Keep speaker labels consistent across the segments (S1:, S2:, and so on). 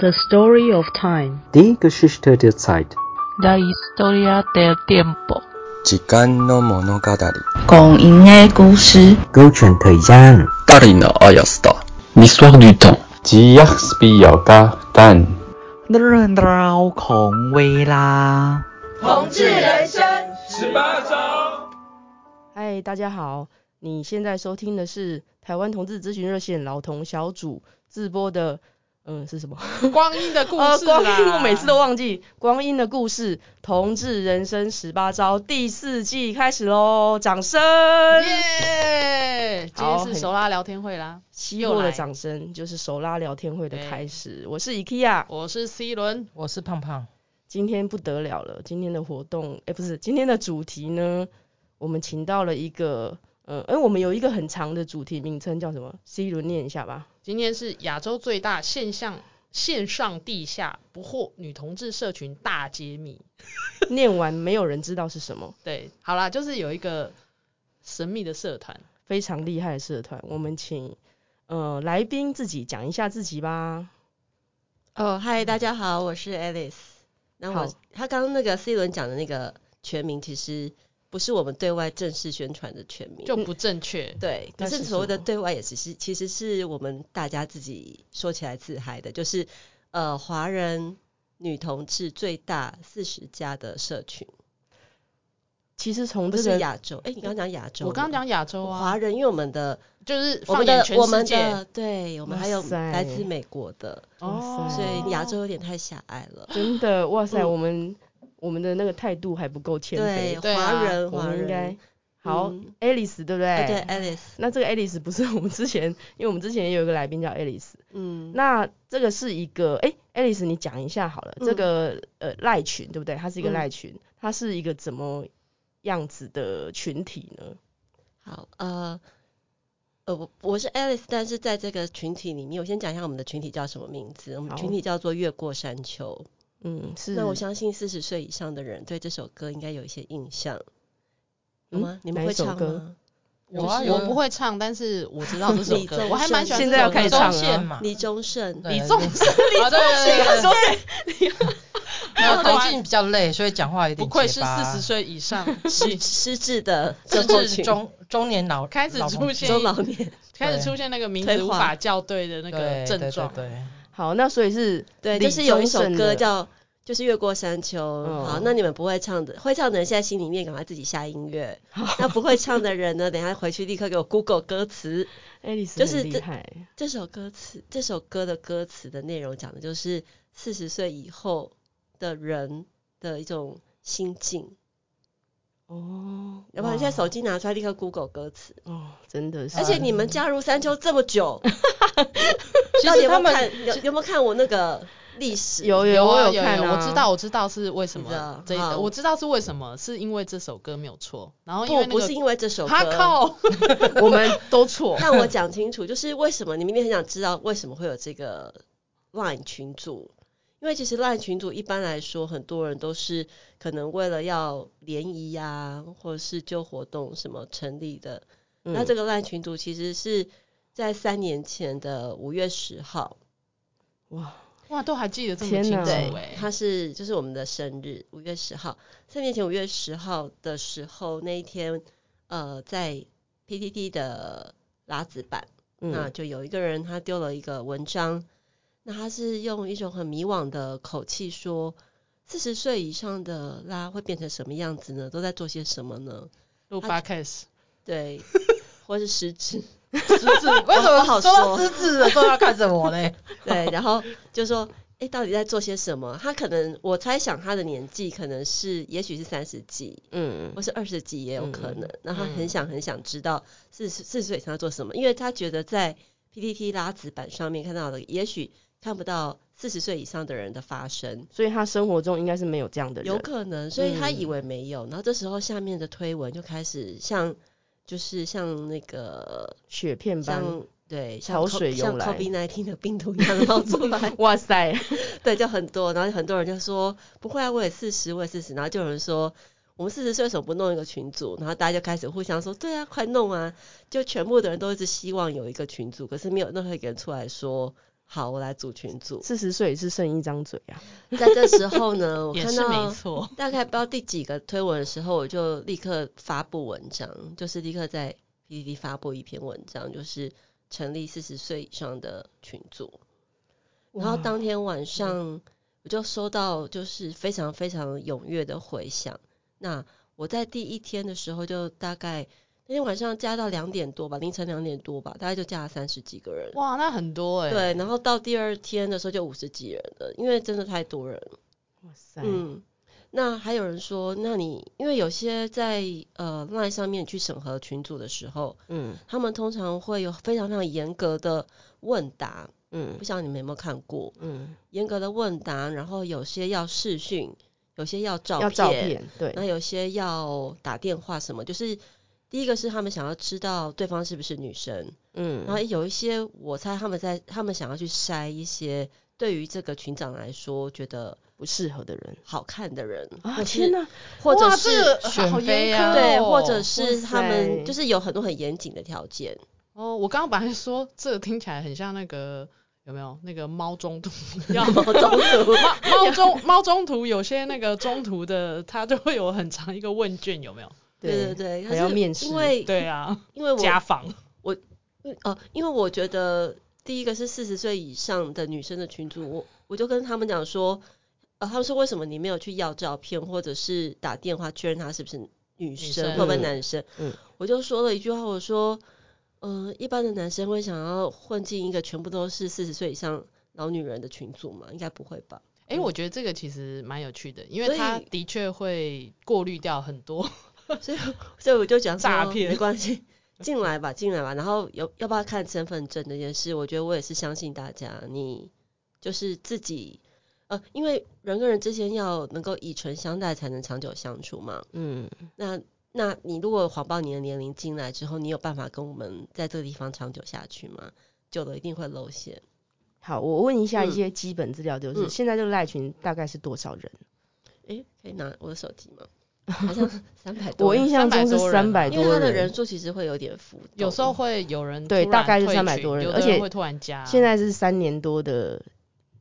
S1: The Story of Time,
S2: Die Geschichte der Zeit,
S3: La historia del tiempo.
S4: 時間の物語。
S5: 拱营的故事，
S2: Gouchen Taiyan,
S4: 誰のあやすだ。
S6: L'histoire du temps.
S7: 吉亚斯比亚嘎蛋。
S8: 热闹孔威啦！
S9: 嗨，大家好，你现在收听的是台湾同志咨询热线老同小组自播的，嗯，是什么？
S10: 光阴的故
S9: 呃，
S10: 事啦、
S9: 光阴我每次都忘记。光阴的故事，同志人生十八招第四季开始喽，掌声！
S10: 耶今
S9: 好
S10: 天是
S9: 很
S10: 手拉聊天会啦，
S9: 希
S10: 又
S9: 落的
S10: 来
S9: 掌声就是手拉聊天会的开始。我是 IKEA，
S10: 我是 C 轮，
S3: 我是胖胖，
S9: 今天不得了了，今天的活动，哎、不是今天的主题呢，我们请到了一个，呃，哎、我们有一个很长的主题名称叫什么？C 轮念一下吧。
S10: 今天是亚洲最大线上线上地下不惑女同志社群大揭秘。
S9: 念完没有人知道是什么，
S10: 对，好啦，就是有一个神秘的社团，
S9: 非常厉害的社团。我们请呃来宾自己讲一下自己吧。
S11: 哦，嗨，大家好，我是 Alice。那
S9: 好
S11: 我他刚刚那个 C 轮讲的那个全名，其实不是我们对外正式宣传的全名，嗯
S10: 就不正确。
S11: 对。
S9: 那
S11: 可
S9: 是
S11: 是所谓的
S9: 什么
S11: 对外，也只是其实是我们大家自己说起来自嗨的，就是呃，华人女同志最大四十家的社群，
S9: 其实从
S11: 不
S9: 这
S11: 是
S9: 个
S11: 亚洲。哎、你刚刚讲亚洲吗，哦
S10: 我刚刚讲亚洲
S11: 华
S10: 啊，
S11: 人，因为我们的
S10: 就是
S11: 我
S10: 放
S11: 们
S10: 眼
S11: 的
S10: 全
S11: 我
S10: 世
S11: 们
S10: 界
S11: 的，对我们还
S9: 哇
S11: 有
S9: 塞
S11: 来自美国的，
S9: 哇塞
S11: 所
S10: 哦
S11: 以亚洲有点太狭隘了。
S9: 真的哇塞，
S11: 嗯
S9: 我们我们的那个态度还不够谦
S11: 对，嗯
S9: 卑，
S10: 对啊
S11: 华人，
S9: 我
S11: 华
S9: 们应该
S11: 人，
S9: 好、
S11: 嗯
S9: Alice 对不对？
S11: 啊对。，Alice，
S9: 那这个 Alice 不是我们之前，因为我们之前也有一个来宾叫 Alice，
S11: 嗯，
S9: 那这个是一个哎、a l i c e 你讲一下好了，
S11: 嗯
S9: 这个呃赖群对不对？它是一个
S11: 嗯
S9: 赖群，它是一个怎么样子的群体呢？
S11: 好，呃，呃，我我是 Alice，但是在这个群体里面，我先讲一下我们的群体叫什么名字。我们群
S9: 好
S11: 体叫做越过山丘。
S9: 嗯，是。
S11: 那我相信四十岁以上的人对这首歌应该有一些印象，
S9: 嗯
S11: 有吗？你们
S9: 哪一
S11: 会
S9: 首
S11: 唱
S9: 歌
S11: 吗？
S10: 我
S3: 啊
S10: 我不会唱，但是我知道这首
S11: 李宗
S10: 歌，我还蛮喜欢
S9: 盛现
S10: 这首歌。
S9: 在要开始唱了
S3: 线嘛，
S11: 李宗盛，
S3: 对
S10: 李宗盛，李宗
S3: 对
S10: 盛，
S3: 然后最近比较累，所以讲话有点
S10: 啊不愧是
S3: 结巴
S10: 四十岁以上，
S11: 失失智的
S3: 甚
S11: 症候
S3: 至
S11: 群
S3: 中中年老
S10: 开始
S3: 老同
S10: 出
S3: 志
S10: 现
S11: 中老年，
S10: 开始
S3: 对
S10: 出现那个名字
S11: 退
S10: 无
S11: 化
S10: 法校对的那
S3: 对
S10: 个症状。
S3: 对对
S9: 好，那所以是
S11: 对，
S9: 李
S11: 就是有一
S9: 宗
S11: 首
S9: 盛
S11: 歌
S9: 的
S11: 叫。就是越过山丘，
S9: 嗯
S11: 好，那你们不会唱的，会唱的人现在心里面赶快自己下音乐。那不会唱的人呢，等一下回去立刻给我 Google 歌词，
S9: Alice
S11: 就是
S9: 很厉
S11: 这
S9: 害，
S11: 这首歌词，这首歌的歌词的内容讲的就是四十岁以后的人的一种心境。
S9: 哦，
S11: 要不然现在手机拿出来，立刻 Google 歌词。
S9: 哦，真的是，
S11: 而且你们加入山丘这么久，
S3: 对，
S11: 到
S3: 其
S11: 底
S3: 实
S11: 有
S3: 他
S11: 没
S3: 们
S11: 有看有有没有看我那个历史？
S9: 有有
S10: 有
S9: 我
S10: 啊有
S9: 看啊
S10: 我知道我知道是为什
S11: 是
S10: 么
S11: 的
S10: 这一
S11: 好
S10: 我知道是为什么，是因为这首歌没有错，然哦后因为
S11: 不
S10: 那
S11: 不是
S10: 个
S11: 因为这首歌。，
S10: 哈靠，
S9: 我们 都错
S11: 让我讲清楚，就是为什么你明明很想知道为什么会有这个 LINE 群组，因为其实 LINE 群组一般来说，很多人都是可能为了要联谊啊，或者是就活动什么成立的。那这
S9: 个
S11: 个 LINE 群组其实是在三年前的五月十号，
S9: 哇，
S10: 哇，都还记得这么
S9: 天
S10: 清
S9: 哪
S10: 楚
S9: 对
S10: 哎，
S11: 它是就是我们的生日，五月十号。三年前五月十号的时候，那一天，呃，在 PTT 的拉子版。那
S9: 嗯
S11: 就有一个人他丢了一个文章，那他是用一种很迷惘的口气说，四十岁以上的啦会变成什么样子呢？都在做些什么呢？
S10: 录
S11: 他
S10: podcast
S11: 对，或是失 职，
S3: 失智，为什么
S11: 不好
S3: 说到
S11: 说
S3: 失智的时候要看什么 嘞？
S11: 对，然后就说，哎、到底在做些什么？他可能我猜想他的年纪可能是，也许是三十几，
S9: 嗯，
S11: 或是二十几也有可能。那他
S9: 嗯
S11: 很想很想知道四十四十岁以上要做什么，因为他觉得在 PPT 拉子版上面看到的，也许看不到四十岁以上的人的发声。
S9: 所以他生活中应该是没有这样的人，
S11: 有可能，所以他以
S9: 嗯
S11: 为没有，然后这时候下面的推文就开始像，就是像那个
S9: 雪片般，
S11: 像对
S9: 潮
S11: 像 CO-
S9: 水涌
S11: 像
S9: 来，
S11: COVID 19的病毒一样冒出来
S9: 哇塞，
S11: 对，就很多，然后很多人就说不会啊，我也四十，我也四十，然后就有人说。我们四十岁为什么不弄一个群组？然后大家就开始互相说：“对啊，快弄啊！”就全部的人都一直希望有一个群组，可是没有任何一个人出来说：“好，我来组群组。
S9: 四十岁也是剩一张嘴啊。
S11: 在这时候呢，我
S10: 也
S11: 看
S10: 是没
S11: 到
S10: 错。
S11: 大概不知道第几个推文的时候，我就立刻发布文章，就是立刻在 PPT 发布一篇文章，就是成立四十岁以上的群组。然后
S9: 哇
S10: 嗯
S11: 当天晚上我就收到就是非常非常踊跃的回响。那我在第一天的时候就大概那天晚上加到两点多吧，凌晨两点多吧，大概就加了三十几个人。
S10: 哇，那很多哎、
S11: 对，然后到第二天的时候就五十几人了，因为真的太多人了。
S9: 哇塞，
S11: 嗯，那还有人说，那你因为有些在呃 LINE 上面去审核群组的时候，
S9: 嗯
S11: 他们通常会有非常非常严格的问答，
S9: 嗯
S11: 不晓得你们有没有看过？
S9: 嗯，
S11: 严格的问答，然后有些要视讯，有些要照
S9: 要照片，对，
S11: 那有些要打电话什么，就是第一个是他们想要知道对方是不是女生，
S9: 嗯，
S11: 然后有一些，我猜他们在他们想要去筛一些对于这个群长来说觉得
S9: 不适合的人
S11: 好看的人，
S9: 啊，
S11: 或
S9: 天
S11: 是
S9: 哪，
S11: 或者
S10: 哇
S11: 是、
S10: 这个
S3: 选
S10: 好
S3: 妃
S10: 严
S3: 啊
S10: 苛
S11: 对，
S10: 哦
S11: 或者是他们
S9: 塞
S11: 就是有很多很严谨的条件。
S10: 哦，我刚刚本来说这个听起来很像那个有没有那个猫中 途要
S11: 猫中途
S10: 猫猫 中猫中途有些那个中途的他就会有很长一个问卷有没有？
S11: 对对对，
S9: 还
S11: 可
S9: 要
S11: 是
S9: 面试
S11: 因为
S10: 对啊，
S11: 因 为我
S10: 家访
S11: 嗯哦、因为我觉得第一个是四十岁以上的女生的群主，我我就跟他们讲说，呃，他们说为什么你没有去要照片或者是打电话确认他是不是女生，
S10: 生
S11: 会不会
S9: 嗯
S11: 男生？
S9: 嗯
S11: 我就说了一句话，我说，呃，一般的男生会想要混进一个全部都是四十岁以上老女人的群组吗？应该不会吧？嗯
S10: 哎、我觉得这个其实蛮有趣的，因
S11: 所
S10: 为
S11: 以哦
S10: 他的确会过滤掉很多。
S11: 所以所以我就讲说
S10: 诈骗
S11: 没关系，进来吧，进来吧。然后有要不要看身份证这件事，我觉得我也是相信大家，你就是自己呃，因为人跟人之间要能够以诚相待，才能长久相处嘛。
S9: 嗯，
S11: 那那你如果谎报你的年龄进来之后，你有办法跟我们在这个地方长久下去吗？久了一定会露馅。
S9: 好，我问一下
S11: 嗯
S9: 一些基本资料，就是、
S11: 嗯
S9: 现在这个赖群大概是多少人？
S11: 诶、可以拿我的手机吗？好像三百多
S9: 我
S11: 人，
S9: 印象中是三百
S10: 300
S11: 因
S9: 多
S11: 为他的
S9: 人
S11: 人数其实会有点浮动，
S10: 有时候会有人
S9: 对
S10: 突
S9: 大
S10: 然
S9: 概是
S10: 退
S9: 300
S10: 群
S9: 多人
S10: 有的
S9: 而且
S10: 会突然
S11: 啊
S10: 加。
S9: 现在是三年多的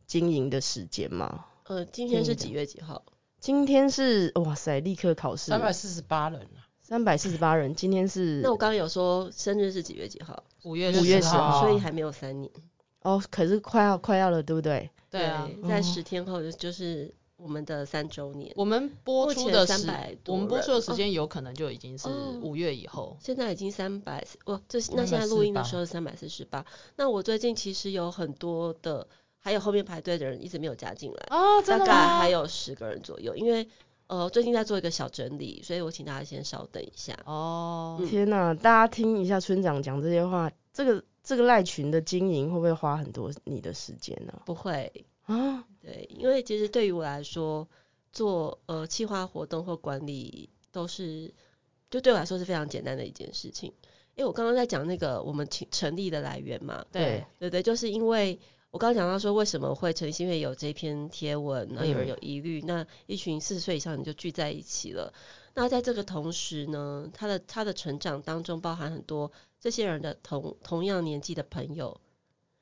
S9: 经营的时间嘛。
S11: 呃，今天是
S9: 听
S11: 几
S9: 你
S11: 月几号？
S9: 今天是哇塞，立刻考试，
S3: 三百四十八人啊，
S9: 三百四十八人，今天是
S11: 那我刚刚有说生日是几月几号，
S3: 五月
S9: 5月
S3: 10
S9: 10号
S3: 号，
S11: 所以还没有三年。
S9: 哦，可是快要快要了，对不对？
S10: 对啊，
S11: 在十天后就就是我们的三周年，
S10: 我们播
S11: 目
S10: 出
S11: 前
S10: 的时
S11: 300，多
S10: 我们播出的
S11: 人
S10: 时
S11: 哦
S10: 间有可能就已经是
S11: 哦
S10: 五月以后。
S11: 现在已经三百，哇，这那现在录音的时候是三百四十八。那我最近其实有很多的，还有后面排队的人一直没有加进来，
S10: 啊，
S11: 大
S10: 真的
S11: 概
S10: 吗？
S11: 还有十个人左右，因为呃最近在做一个小整理，所以我请大家先稍等一下。
S10: 哦，
S11: 嗯
S9: 天呐，大家听一下村长讲这些话，这个这个赖群的经营会不会花很多你的时间呢、
S11: 不会，
S9: 啊？啊，
S11: 对，因为其实对于我来说，做呃企划活动或管理都是，就对我来说是非常简单的一件事情。因为我刚刚在讲那个我们成成立的来源嘛，
S10: 对，
S11: 对对，就是因为我刚刚讲到说为什么会成立，是因为有这篇贴文，然后有人
S9: 嗯
S11: 有疑虑，那一群四十岁以上你就聚在一起了。那在这个同时呢，他的他的成长当中包含很多这些人的同同样年纪的朋友，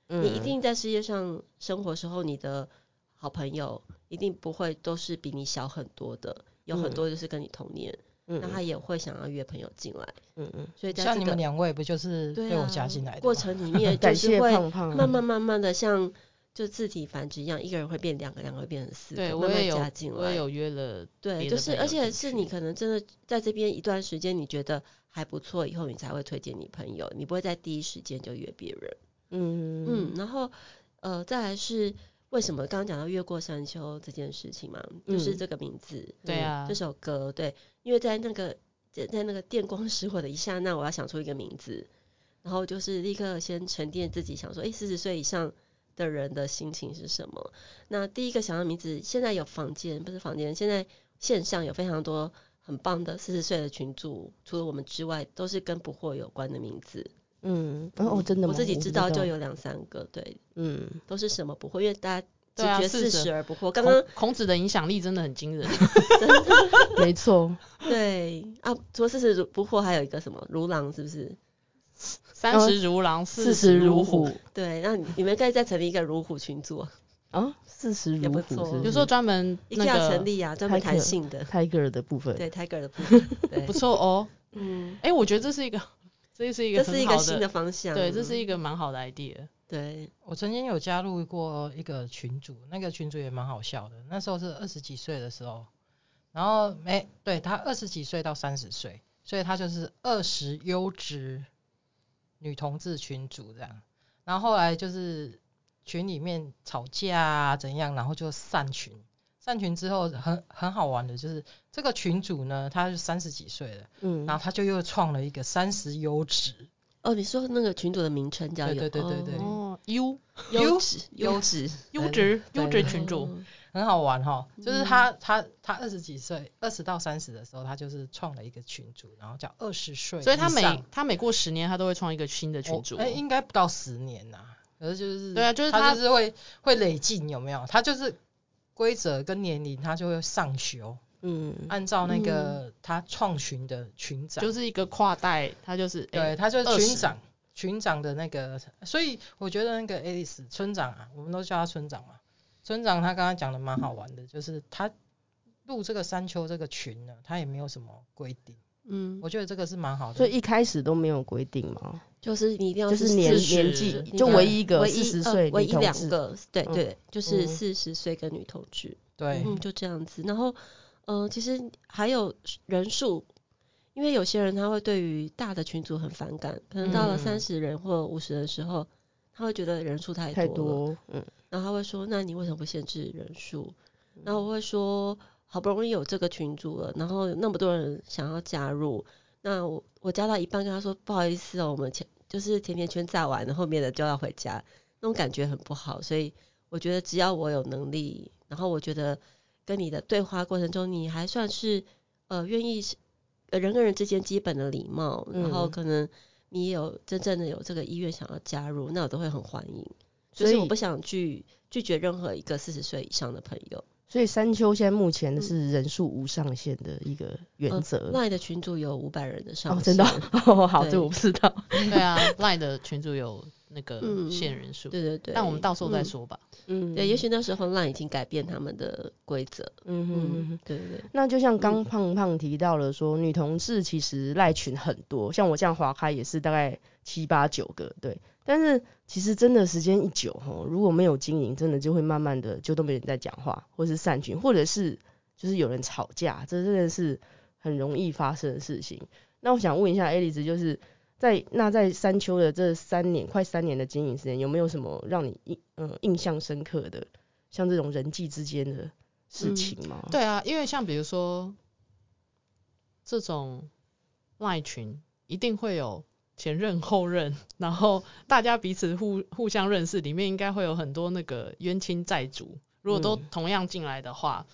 S9: 嗯
S11: 你一定在世界上生活时候，你的好朋友一定不会都是比你小很多的，有很
S9: 嗯
S11: 多就是跟你同年，
S9: 嗯
S11: 那他也会想要约朋友进来，
S9: 嗯嗯，
S11: 所以在
S3: 像
S11: 这
S3: 你
S11: 个
S3: 们两位不就是
S11: 对
S3: 被我
S11: 啊
S3: 加进来的
S11: 过
S3: 吗
S11: 程 里面，就
S9: 感
S11: 是
S9: 谢
S11: 会
S9: 胖胖，
S11: 慢慢
S3: 嗯
S11: 慢慢的像就自体繁殖一样，一个人会变两个，两个会变成四个，
S10: 对
S11: 慢
S10: 我
S11: 慢
S10: 也有
S11: 加进，
S10: 我也
S11: 来。
S10: 有约了，
S11: 对，
S10: 别
S11: 就
S10: 的
S11: 是
S10: 朋友
S11: 而且
S10: 进
S11: 是
S10: 去
S11: 你可能真的在这边一段时间，你觉得还不错，以后你才会推荐你朋友，你不会在第一时间就约别人。
S9: 嗯
S11: 嗯，然后呃，再来是为什么刚刚讲到越过山丘这件事情嘛，就是
S9: 嗯
S11: 这个名字，
S10: 对啊
S11: 这，首歌，对，因为在那个在在那个电光石火的一刹那，我要想出一个名字，然后就是立刻先沉淀自己，想说，诶，四十岁以上的人的心情是什么？那第一个想到名字，现在有房间，不是房间，现在线上有非常多很棒的四十岁的群主，除了我们之外，都是跟不惑有关的名字。
S9: 嗯，哦，我真的
S11: 我
S9: 吗
S11: 自己知道就
S9: 有，
S11: 有两三个，对，
S9: 嗯，
S11: 都是什么不惑，因为大家只
S10: 对啊
S11: 觉
S10: 四
S11: 四
S10: 十
S11: 十而不惑。刚
S10: 孔
S11: 刚
S10: 孔子的影响力真的很惊人。
S9: 没错，
S11: 对啊，除了四十不惑，还有一个什么如狼，是不是？
S10: 三十如狼，
S9: 四
S10: 十
S9: 十
S10: 如
S9: 如虎。
S11: 对，那你你们可以再成立一个如虎群组啊，
S9: 啊，四十
S11: 也
S9: 如
S11: 不
S9: 虎是
S11: 错
S9: 不是，
S10: 有时候专门
S11: 一
S10: 那
S11: 定要
S10: 个
S11: 成立啊，专门谈性的，
S9: Tiger 的部分，
S11: 对 Tiger 的 部分，对
S10: 不，错哦。
S11: 嗯，
S10: 哎，我觉得这是一个， 这是一个
S11: 这是一
S10: 很
S11: 个
S10: 好
S11: 新
S10: 的
S11: 的，嗯方向，
S10: 对，这是一个蛮好的 idea。
S11: 对，
S3: 我曾经有加入过一个群组，那个群组也蛮好笑的。那时候是二十几岁的时候，然后没对他二十几岁到三十岁，所以他就是二十优质女同志群组这样。然后后来就是群里面吵架啊怎样，然后就散群。散群之后很很好玩的，就是这个群主呢，他是三十几岁了，
S9: 嗯
S3: 然后他就又创了一个三十优质，
S11: 哦，你说那个群组的名称叫
S3: 对
S11: 有
S3: 对对对对
S11: 哦
S10: 哦，U
S11: 优质优质
S10: 优质
S3: 对
S10: 优质群主，
S11: 哦
S3: 很好玩哈，
S10: 嗯
S3: 就是他、他他二十几岁，二十到三十的时候，他就是创了一个群组，然后叫二十岁以上，
S10: 所以他每他每过十年，他都会创一个新的群
S3: 我
S10: 主。
S3: 哎、应该不到十年呐、可是就是
S10: 对啊就是
S3: 他
S10: 他
S3: 就是会会累进有没有？他就是规则跟年龄他就会上修，
S9: 嗯，
S3: 按照那个他创群的群长，
S10: 就是一个跨代，他就是
S3: 对，
S10: 哎
S3: 他就是
S10: 20
S3: 群长。群长的那个，所以我觉得那个 Alice 村长啊，我们都叫他村长嘛。村长他刚刚讲的蛮好玩的，就是他入这个山丘这个群呢，他也没有什么规定，
S9: 嗯，
S3: 我觉得这个是蛮好的。
S9: 所以一开始都没有规定嘛，
S11: 就是你一定要
S9: 就是
S11: 40
S9: 年
S10: 40
S9: 年纪
S11: 你
S9: 就
S11: 的
S9: 唯一一个
S11: 唯
S9: 四
S11: 一
S9: 十
S11: 呃
S9: 岁
S11: 唯
S9: 女
S11: 一
S9: 同
S11: 两
S9: 志
S11: 个，对
S9: 嗯
S11: 对，就是
S9: 嗯
S11: 四十岁跟女同志，
S3: 对，
S11: 嗯，就这样子。然后，呃，其实还有人数，因为有些人他会对于大的群组很反感，可能到了
S3: 嗯
S11: 三十人或五十人的时候，他会觉得人数太
S9: 太
S11: 了，
S9: 多，嗯，
S11: 然后他会说：“那你为什么不限制人数？”然后我会说：“好不容易有这个群组了，然后有那么多人想要加入，那我我加到一半跟他说不好意思哦，我们前就是甜甜圈炸完了，后面的就要回家，那种感觉很不好。所以我觉得只要我有能力，然后我觉得跟你的对话过程中，你还算是呃愿意是呃人跟人之间基本的礼貌，然后
S9: 嗯
S11: 可能你也有真正的有这个意愿想要加入，那我都会很欢迎。”就
S9: 所
S11: 是
S9: 以
S11: 我不想拒拒绝任何一个四十岁以上的朋友。
S9: 所以山丘现在目前
S11: 嗯
S9: 是人数无上限的一个原则。
S11: 那你的群组有五百人的上
S9: 嗯哦，
S11: 限，
S9: 真的哦、 哦，好，
S11: 嗯对
S9: 这我不知道。
S10: 对啊，Line 的群主有那个
S11: 嗯
S10: 限人数，
S11: 对对对。
S10: 但我们到时候再说吧。
S9: 嗯，
S11: 嗯。对，也许那时候 LINE 已经改变他们的规则。
S9: 嗯哼嗯
S11: 嗯
S9: 哼，。
S11: 对对对。
S9: 那就像刚胖胖提到了说，女同志其实赖群很多，像我这样划开也是大概七八九个，对。但是其实真的时间一久吼，如果没有经营，真的就会慢慢的就都没人在讲话，或是散群，或者是就是有人吵架，这真的是很容易发生的事情。那我想问一下 a l i 就是在那在山丘的这三年快三年的经营时间，有没有什么让你印嗯、印象深刻的，像这种人际之间的事
S11: 嗯
S9: 情吗？
S10: 对啊，因为像比如说这种赖群，一定会有前任后任，然后大家彼此互互相认识，里面应该会有很多那个冤亲债主。如果都
S9: 嗯
S10: 同样进来的话，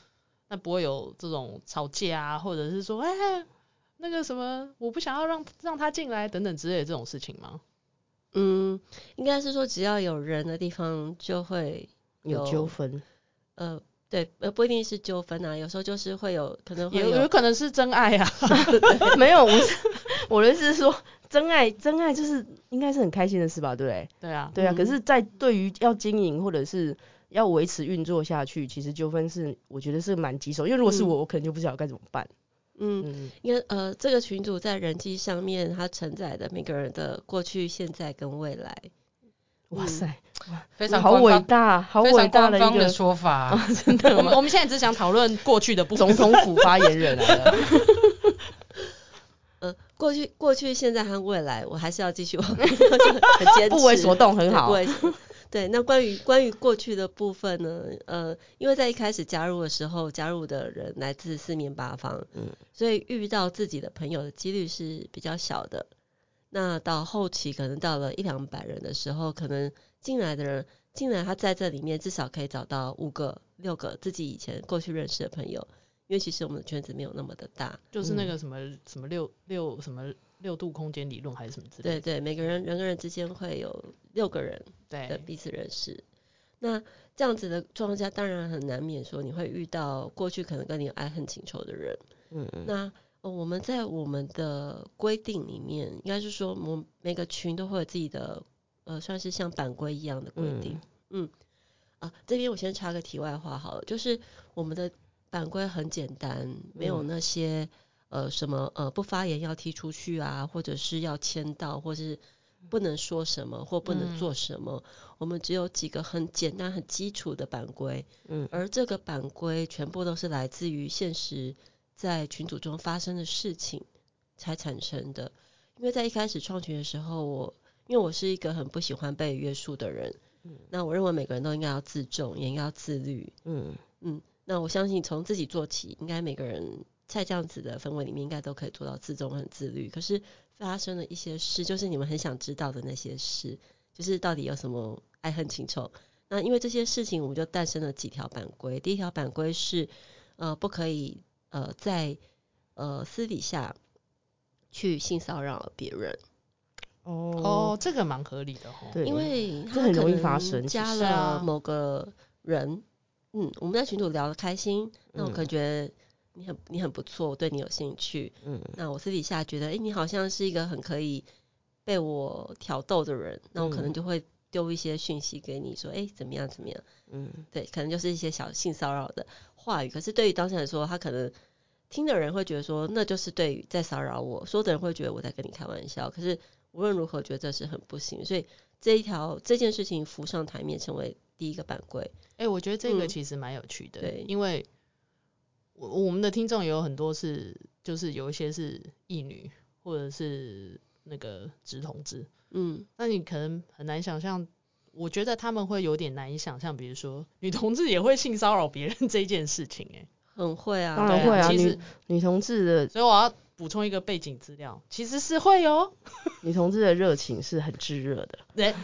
S10: 那不会有这种吵架啊，或者是说哎、那个什么我不想要让让他进来等等之类的这种事情吗？
S11: 嗯，应该是说只要有人的地方就会
S9: 有纠纷，
S11: 呃。对，呃，不一定是纠纷啊，有时候就是会有可能会
S10: 有有可能是真爱啊，
S9: 没有，我是我的意思是说，真爱真爱就是应该是很开心的事吧，对不对？
S10: 对啊，
S9: 对啊，
S11: 嗯
S9: 可是，在对于要经营或者是要维持运作下去，其实纠纷是我觉得是蛮棘手，因为如果是我，我可能就不知道该怎么办。
S11: 嗯，
S9: 嗯
S11: 因为呃，这个群组在人际上面，它承载的每个人的过去、现在跟未来。
S9: 哇塞，
S3: 非常
S9: 好
S3: 官
S9: 伟
S3: 方，
S9: 大，好
S3: 非
S9: 伟
S3: 常
S9: 大
S3: 官
S9: 的
S3: 方
S9: 一
S3: 的
S9: 个
S3: 说法、啊
S9: 啊真的
S10: 啊我们
S9: 吗
S10: 我们现在只想讨论过去的部分
S9: 总。统府发言人来了，
S11: 呃，过去、过去、现在和未来，我还是要继续往 很坚持，
S9: 不为所动，很
S11: 对
S9: 好
S11: 不。会是对，那关于关于过去的部分呢？呃，因为在一开始加入的时候，加入的人来自四面八方，
S9: 嗯
S11: 所以遇到自己的朋友的几率是比较小的。那到后期可能到了一两百人的时候，可能进来的人进来，他在这里面至少可以找到五个、六个自己以前过去认识的朋友，因为其实我们的圈子没有那么的大。
S10: 就是那
S9: 嗯
S10: 个什么、什么六六什么六度空间理论还是什么之类
S11: 对
S10: 的。
S11: 对，每个人人跟人之间会有六个人，
S10: 对
S11: 的彼此认识。那这样子的状况下，当然很难免说你会遇到过去可能跟你有爱恨情仇的人。
S9: 嗯嗯
S11: 那呃，我们在我们的规定里面，应该是说，我们每个群都会有自己的，呃，算是像版规一样的规定。嗯啊，这边我先插个题外话好了，就是我们的版规很简单，没有那些、呃什么呃不发言要踢出去啊，或者是要签到，或是不能说什么或不能
S10: 嗯
S11: 做什么。我们只有几个很简单、很基础的版规，
S9: 嗯
S11: 而这个版规全部都是来自于现实在群组中发生的事情才产生的。因为在一开始创群的时候，我因为我是一个很不喜欢被约束的人，那我认为每个人都应该要自重，也应该要自律。
S9: 嗯
S11: 嗯，那我相信从自己做起，应该每个人在这样子的氛围里面，应该都可以做到自重很自律。可是发生了一些事，就是你们很想知道的那些事，就是到底有什么爱恨情仇。那因为这些事情，我们就诞生了几条版规。第一条版规是，呃，不可以呃在呃私底下去性骚扰别人，
S10: 哦
S9: 哦，，
S10: 这个蛮合理的哦。
S9: 对，
S11: 因为
S9: 这
S11: 他
S9: 很
S11: 可
S9: 容易发
S11: 能
S9: 生其
S11: 加
S10: 实
S11: 了
S10: 啊
S11: 某个人，嗯，我们在群组聊得开心，那
S9: 嗯
S11: 我可能觉得你很你很不错，我对你有兴趣，
S9: 嗯
S11: 那我私底下觉得，哎、你好像是一个很可以被我挑逗的人，那我可能
S9: 嗯
S11: 就会丢一些讯息给你说，哎、怎么样怎么样。
S9: 嗯
S11: 对，可能就是一些小性骚扰的话语。可是对于当事人来说，他可能听的人会觉得说，那就是对于在骚扰我；说的人会觉得我在跟你开玩笑。可是无论如何，觉得这是很不行。所以这一条这件事情浮上台面，成为第一个版规。
S10: 哎、我觉得这个
S11: 嗯
S10: 其实蛮有趣的，
S11: 对
S10: 因为我我们的听众也有很多是，就是有一些是异女或者是那个直同志，
S11: 嗯，
S10: 那你可能很难想象，我觉得他们会有点难以想象，比如说女同志也会性骚扰别人这件事情、哎，
S11: 很会啊，
S9: 当
S10: 对
S9: 然会啊，
S10: 其
S9: 女
S10: 实
S9: 女同志的
S10: 所以我要补充一个背景资料，其实是会哦，
S9: 女同志的热情是很炙热的，
S10: 对，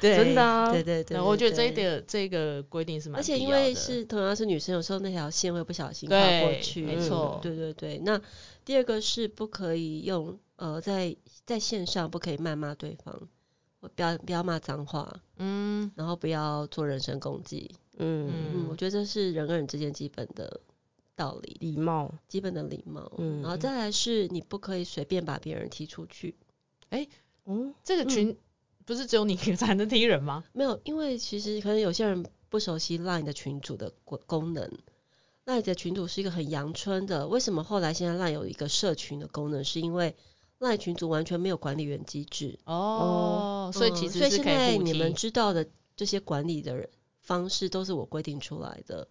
S11: 对，
S9: 真的啊
S11: 对对对，
S10: 我觉得这一
S11: 对。
S10: 点这个规定是蛮
S11: 而
S10: 必
S11: 且
S10: 要的，
S11: 因为是同样是女生，有时候那条线会不小心跨过
S10: 对
S11: 去，
S10: 没
S11: 嗯
S10: 错
S11: 对对对。那第二个是不可以用呃，在在线上不可以谩骂对方，我不要不要骂脏话，
S10: 嗯
S11: 然后不要做人身攻击。
S9: 嗯，
S11: 嗯，
S10: 嗯，
S11: 我觉得这是人跟人之间基本的道理，
S9: 礼貌，
S11: 基本的礼貌。
S9: 嗯
S11: 然后再来是你不可以随便把别人踢出去。
S9: 嗯，
S10: 这个群、不是只有你 才能踢人吗？
S11: 没有，因为其实可能有些人不熟悉 LINE 的群组的功功能。LINE 的群组是一个很阳春的，为什么后来现在 LINE 有一个社群的功能？是因为 LINE 群组完全没有管理员机制，
S10: 哦，所以
S11: 嗯
S10: 其实
S11: 所以
S10: 是
S11: 现
S10: 可以
S11: 在
S10: 互
S11: 你
S10: 踢。
S11: 们知道的这些管理的人方式都是我规定出来的。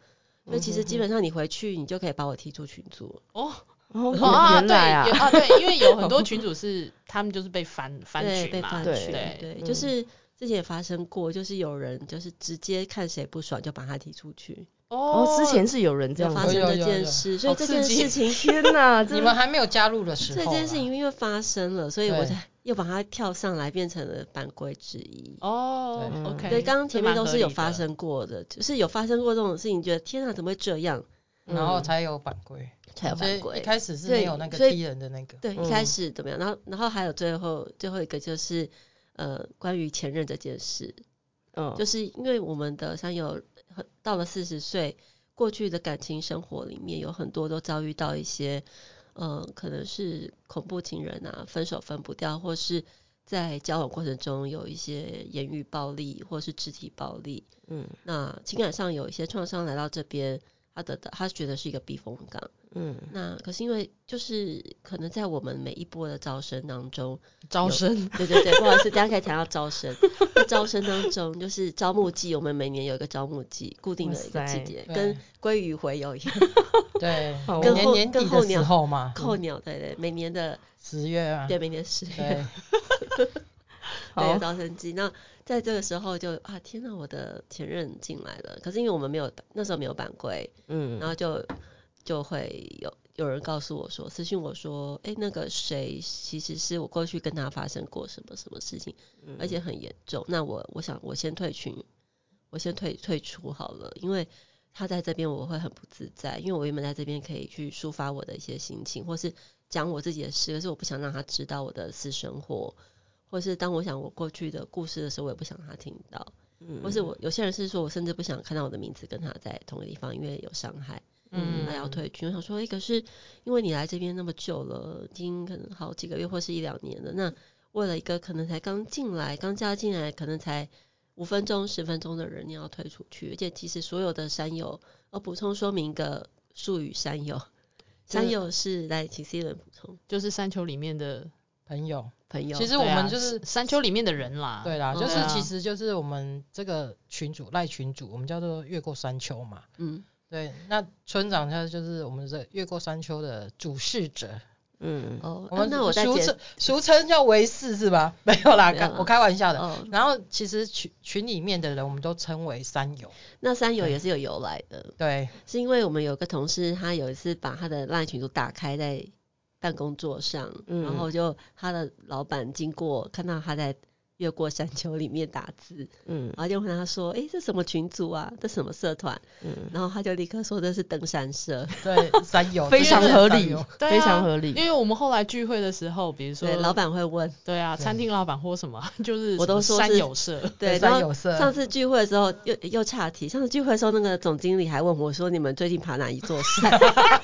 S11: 因为其实基本上你回去，你就可以把我踢出群组。
S10: 嗯哦，
S9: 哦，
S10: 哦啊，
S9: 原原
S10: 对
S9: 来
S10: 有
S9: 啊，
S10: 啊，对，因为有很多群主 是他们就是被翻翻
S11: 对，
S10: 群
S11: 被
S10: 嘛，
S11: 翻
S9: 对
S11: 群，
S10: 对
S11: 对，
S9: 嗯
S11: 就是之前也发生过，就是有人就是直接看谁不爽就把他踢出去。
S9: 哦，之前是有人这
S11: 有
S9: 样
S11: 发
S9: 子
S11: 生
S9: 的，
S3: 有
S11: 这
S3: 有
S11: 件
S3: 有
S11: 事，所以
S10: 好
S11: 这
S10: 刺
S11: 件
S10: 激
S11: 事情，
S9: 天哪，
S3: 你
S9: 这
S3: 们还没有加入的时
S11: 这
S3: 候啊啦，
S11: 件事情因为发生了，所以我
S3: 对
S11: 才又把它跳上来，变成了版规之一。
S10: 哦
S3: 对
S10: ，OK，
S11: 对，刚刚前面
S10: 这蛮
S11: 都
S10: 合
S11: 是有
S10: 理的
S11: 发，生过的，就是有发生过这种事情，觉得天啊，怎么会这样？
S3: 然后 才有版规，
S11: 才有
S3: 所
S11: 版
S3: 以一
S11: 规。
S3: 开始是
S11: 对
S3: 没有那个
S11: 所以
S3: 踢人的那个，
S11: 对，一
S9: 嗯
S11: 开始怎么样？然后，然后还有最后最后一个就是，呃，关于前任这件事，
S9: 嗯，
S11: 就是因为我们的山友很到了四十岁，过去的感情生活里面有很多都遭遇到一些，呃，可能是恐怖情人啊，分手分不掉，或是在交往过程中有一些言语暴力或是肢体暴力，
S9: 嗯
S11: 那情感上有一些创伤来到这边，他得到他觉得是一个避风港。
S9: 嗯，
S11: 那可是因为就是可能在我们每一波的招生当中，
S10: 招
S11: 有
S10: 生，
S11: 对对对，不好意思，等一下可以谈到招生。那招生当中，就是招募季，我们每年有一个招募季，固定的一个
S9: 哇
S11: 季
S9: 塞
S11: 节，
S3: 对
S11: 跟鲑鱼洄游一样，
S3: 对，
S9: 好
S3: 每
S9: 跟
S3: 年
S11: 后
S3: 年
S11: 跟
S3: 底
S11: 候
S3: 的时
S11: 鸟
S3: 候嘛，
S11: 扣鸟，对对，每年的
S3: 十月啊，
S11: 对，每年十月
S3: 对，
S11: 对有
S9: 好，
S11: 招生季。那在这个时候就啊，天呐，我的前任进来了，可是因为我们没有那时候没有版规，
S9: 嗯
S11: 然后就就会有有人告诉我说，私信我说，哎、那个谁其实是我过去跟他发生过什么什么事情，
S9: 嗯
S11: 而且很严重。那我我想我先退群，我先退退出好了，因为他在这边我会很不自在，因为我原本在这边可以去抒发我的一些心情，或是讲我自己的事，可是我不想让他知道我的私生活。或是当我想我过去的故事的时候，我也不想他听到。
S9: 嗯
S11: 或是我有些人是说我甚至不想看到我的名字跟他在同一个地方，因为有伤害。嗯，
S10: 嗯
S11: 来要退群。我想说，一个是因为你来这边那么久了，已经可能好几个月或是一两年了，那为了一个可能才刚进来、刚加进来，可能才五分钟、十分钟的人，你要推出去，而且其实所有的山友，呃，补充说明一个术语，山友，山友是来，请 C 人补充
S10: 就是山丘里面的，
S3: 朋友。
S11: 朋友，
S3: 其实
S10: 对
S3: 我
S10: 啊
S3: 们就是
S10: 山丘里面的人啦。
S3: 对啦，
S11: 嗯
S3: 就
S10: 对
S3: 是
S10: 啊
S3: 其实就是我们这个群主赖群主，我们叫做越过山丘嘛。
S11: 嗯
S3: 对，那村长他就是我们这越过山丘的主事者，
S9: 嗯，
S11: 哦，
S3: 我
S11: 啊
S3: 们
S11: 那我再
S3: 俗
S11: 解
S3: 称俗称叫维氏是吧？ 没有啦，
S11: 没
S3: 开
S11: 有啦
S3: 我开玩笑的。
S11: 哦，
S3: 然后其实群群里面的人，我们都称为山友。
S11: 那山友也是有由来的，
S3: 对，
S11: 是因为我们有个同事，他有一次把他的烂群组打开在办公桌上，
S9: 嗯
S11: 然后就他的老板经过看到他在越过山丘里面打字，
S9: 嗯
S11: 然后就问他说：“诶，这什么群组啊？这什么社团？”
S9: 嗯，
S11: 然后他就立刻说：“这是登山社。
S3: 对，山友
S9: 非常
S3: 真的
S9: 合
S3: 是山
S9: 理
S3: 友
S10: 对啊
S9: 非常合理
S10: 因为我们后来聚会的时候，比如”说
S11: 对，老，板会问。
S10: 对啊，
S3: 对
S10: 餐厅老板或什么， 就是
S11: 我都
S10: 什
S11: 说
S10: 么
S11: 是
S10: 山 友社，
S11: 对，然
S3: 山
S11: 后
S3: 友社。
S11: 上次聚会的时候又又岔题，上次聚会的时候那个总经理还问我说：“你们最近爬哪一座山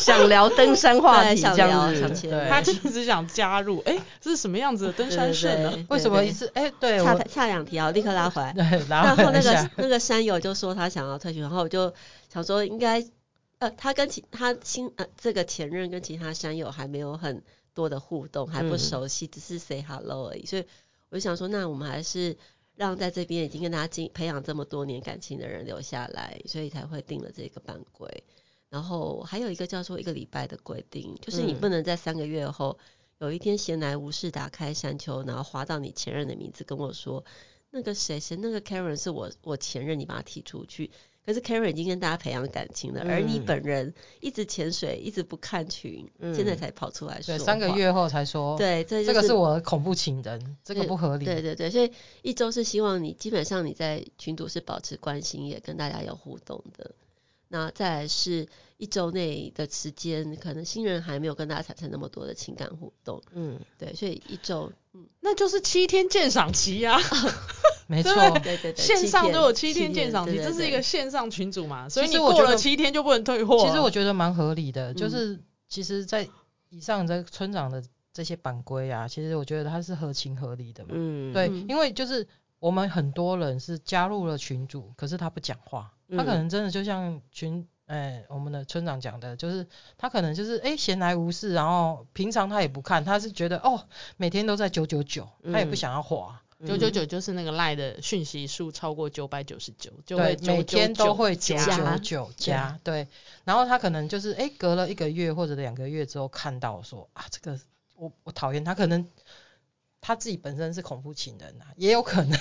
S9: 想聊登山？”话
S11: 对，
S9: 题
S11: 想
S9: 这
S11: 聊
S9: 样
S11: 想
S9: 子，
S11: 切
S3: 对
S11: 入
S10: 他其实想加入，哎，这是什么样子的登山社呢？
S11: 对对对
S3: 为什么一次？哎、对
S11: 差
S3: 我
S11: 太，差两题啊，我立刻拉回来。
S3: 对，然
S11: 然后
S3: 后
S11: 那个 那个山友就说他想要退群，然后我就想说应该，呃，他跟其他新呃这个前任跟其他山友还没有很多的互动，还不
S9: 嗯
S11: 熟悉，只是 say hello 而已，所以我就想说，那我们还是让在这边已经跟大家经培养这么多年感情的人留下来，所以才会定了这个班规。然后还有一个叫做一个礼拜的规定，就是你
S9: 嗯
S11: 不能在三个月后。有一天闲来无事打开山丘，然后滑到你前任的名字，跟我说那个谁谁那个 Karen 是我我前任，你把他踢出去。可是 Karen 已经跟大家培养感情了，而你
S9: 嗯
S11: 本人一直潜水，一直不看群，
S9: 嗯
S11: 现在才跑出来说
S3: 对
S11: 话。
S3: 三个月后才说，，
S11: 对，这、就
S3: 这个是我的恐怖情人，这个不合理。
S11: 对对对，所以一周是希望你基本上你在群组是保持关心，也跟大家有互动的。那再来是一周内的时间，可能新人还没有跟大家产生那么多的情感互动，
S9: 嗯，
S11: 对，所以一周，
S10: 那就是七天鉴赏期呀、
S3: 没错。
S11: 对对 对，
S10: 线上都有七
S11: 天
S10: 天鉴赏期，
S11: 对对
S10: 这是一
S11: 对
S10: 个线上群组嘛，所以
S3: 其
S10: 你
S3: 实我觉
S10: 过了
S3: 得
S10: 七天就不能退货了。
S9: 啊
S10: 啊
S3: 其实我觉得蛮合理的，就
S11: 嗯
S3: 是其实，在以上这村长的这些版规啊，其实我觉得它是合情合理的嘛。
S9: 嗯，
S3: 对，
S11: 嗯
S3: 因为就是我们很多人是加入了群组，可是他不讲话，他可
S9: 嗯
S3: 能真的就像群。哎、我们的村长讲的，就是他可能就是哎闲、来无事，然后平常他也不看，他是觉得哦每天都在九九九，他也不
S9: 嗯
S3: 想要滑，
S10: 九九九就是那个赖的讯息数超过九百九十九，就会
S3: 对，每
S10: 999
S3: 天都会九
S10: 加
S3: 九 九加，对。然后他可能就是哎、诶隔了一个月或者两个月之后看到说啊，这个我我讨厌他，可能他自己本身是恐怖情人啊，也有可 能。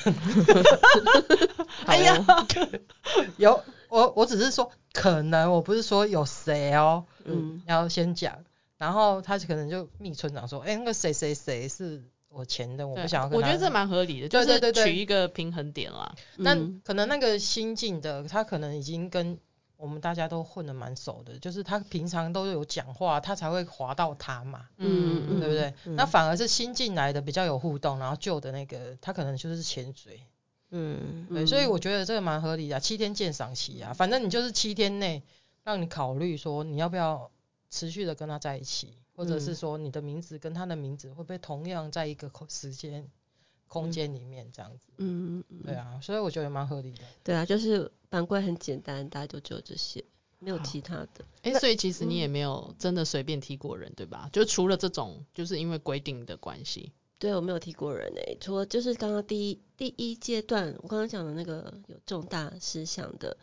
S3: 哎呀， 有我我只是说可能，我不是说有谁哦，
S11: 嗯
S3: 然后先讲，然后他可能就密村长说，哎、那个谁谁谁是我前任，我
S10: 对
S3: 不想要跟
S10: 我
S3: 他。
S10: 觉得这蛮合理的，就
S3: 对对对
S10: 是
S3: 对
S10: 取一个平衡点啦。
S3: 那
S11: 嗯
S3: 可能那个新进的，他可能已经跟我们大家都混得蛮熟的，就是他平常都有讲话，他才会划到他嘛，
S11: 嗯嗯
S3: 对不对？
S9: 嗯
S3: 那反而是新进来的比较有互动，然后旧的那个他可能就是潜水，
S9: 嗯
S3: 对，所以我觉得这个蛮合理的啊、七天鉴赏期啊，反正你就是七天内让你考虑说你要不要持续的跟他在一起，或者是
S9: 嗯
S3: 说你的名字跟他的名字会不会同样在一个空时间空间里面这样子，
S11: 嗯，嗯
S3: 对，啊，所以我觉得蛮合理的。
S11: 对啊，就是版规很简单，大家就只有这些，没有其他的。
S10: 哎、所以其实
S11: 嗯
S10: 你也没有真的随便踢过人，对吧？就除了这种，就是因为规定的关系，
S11: 对，我没有踢过人诶、除了就是刚刚第一第一阶段，我刚刚讲的那个有重大事项的，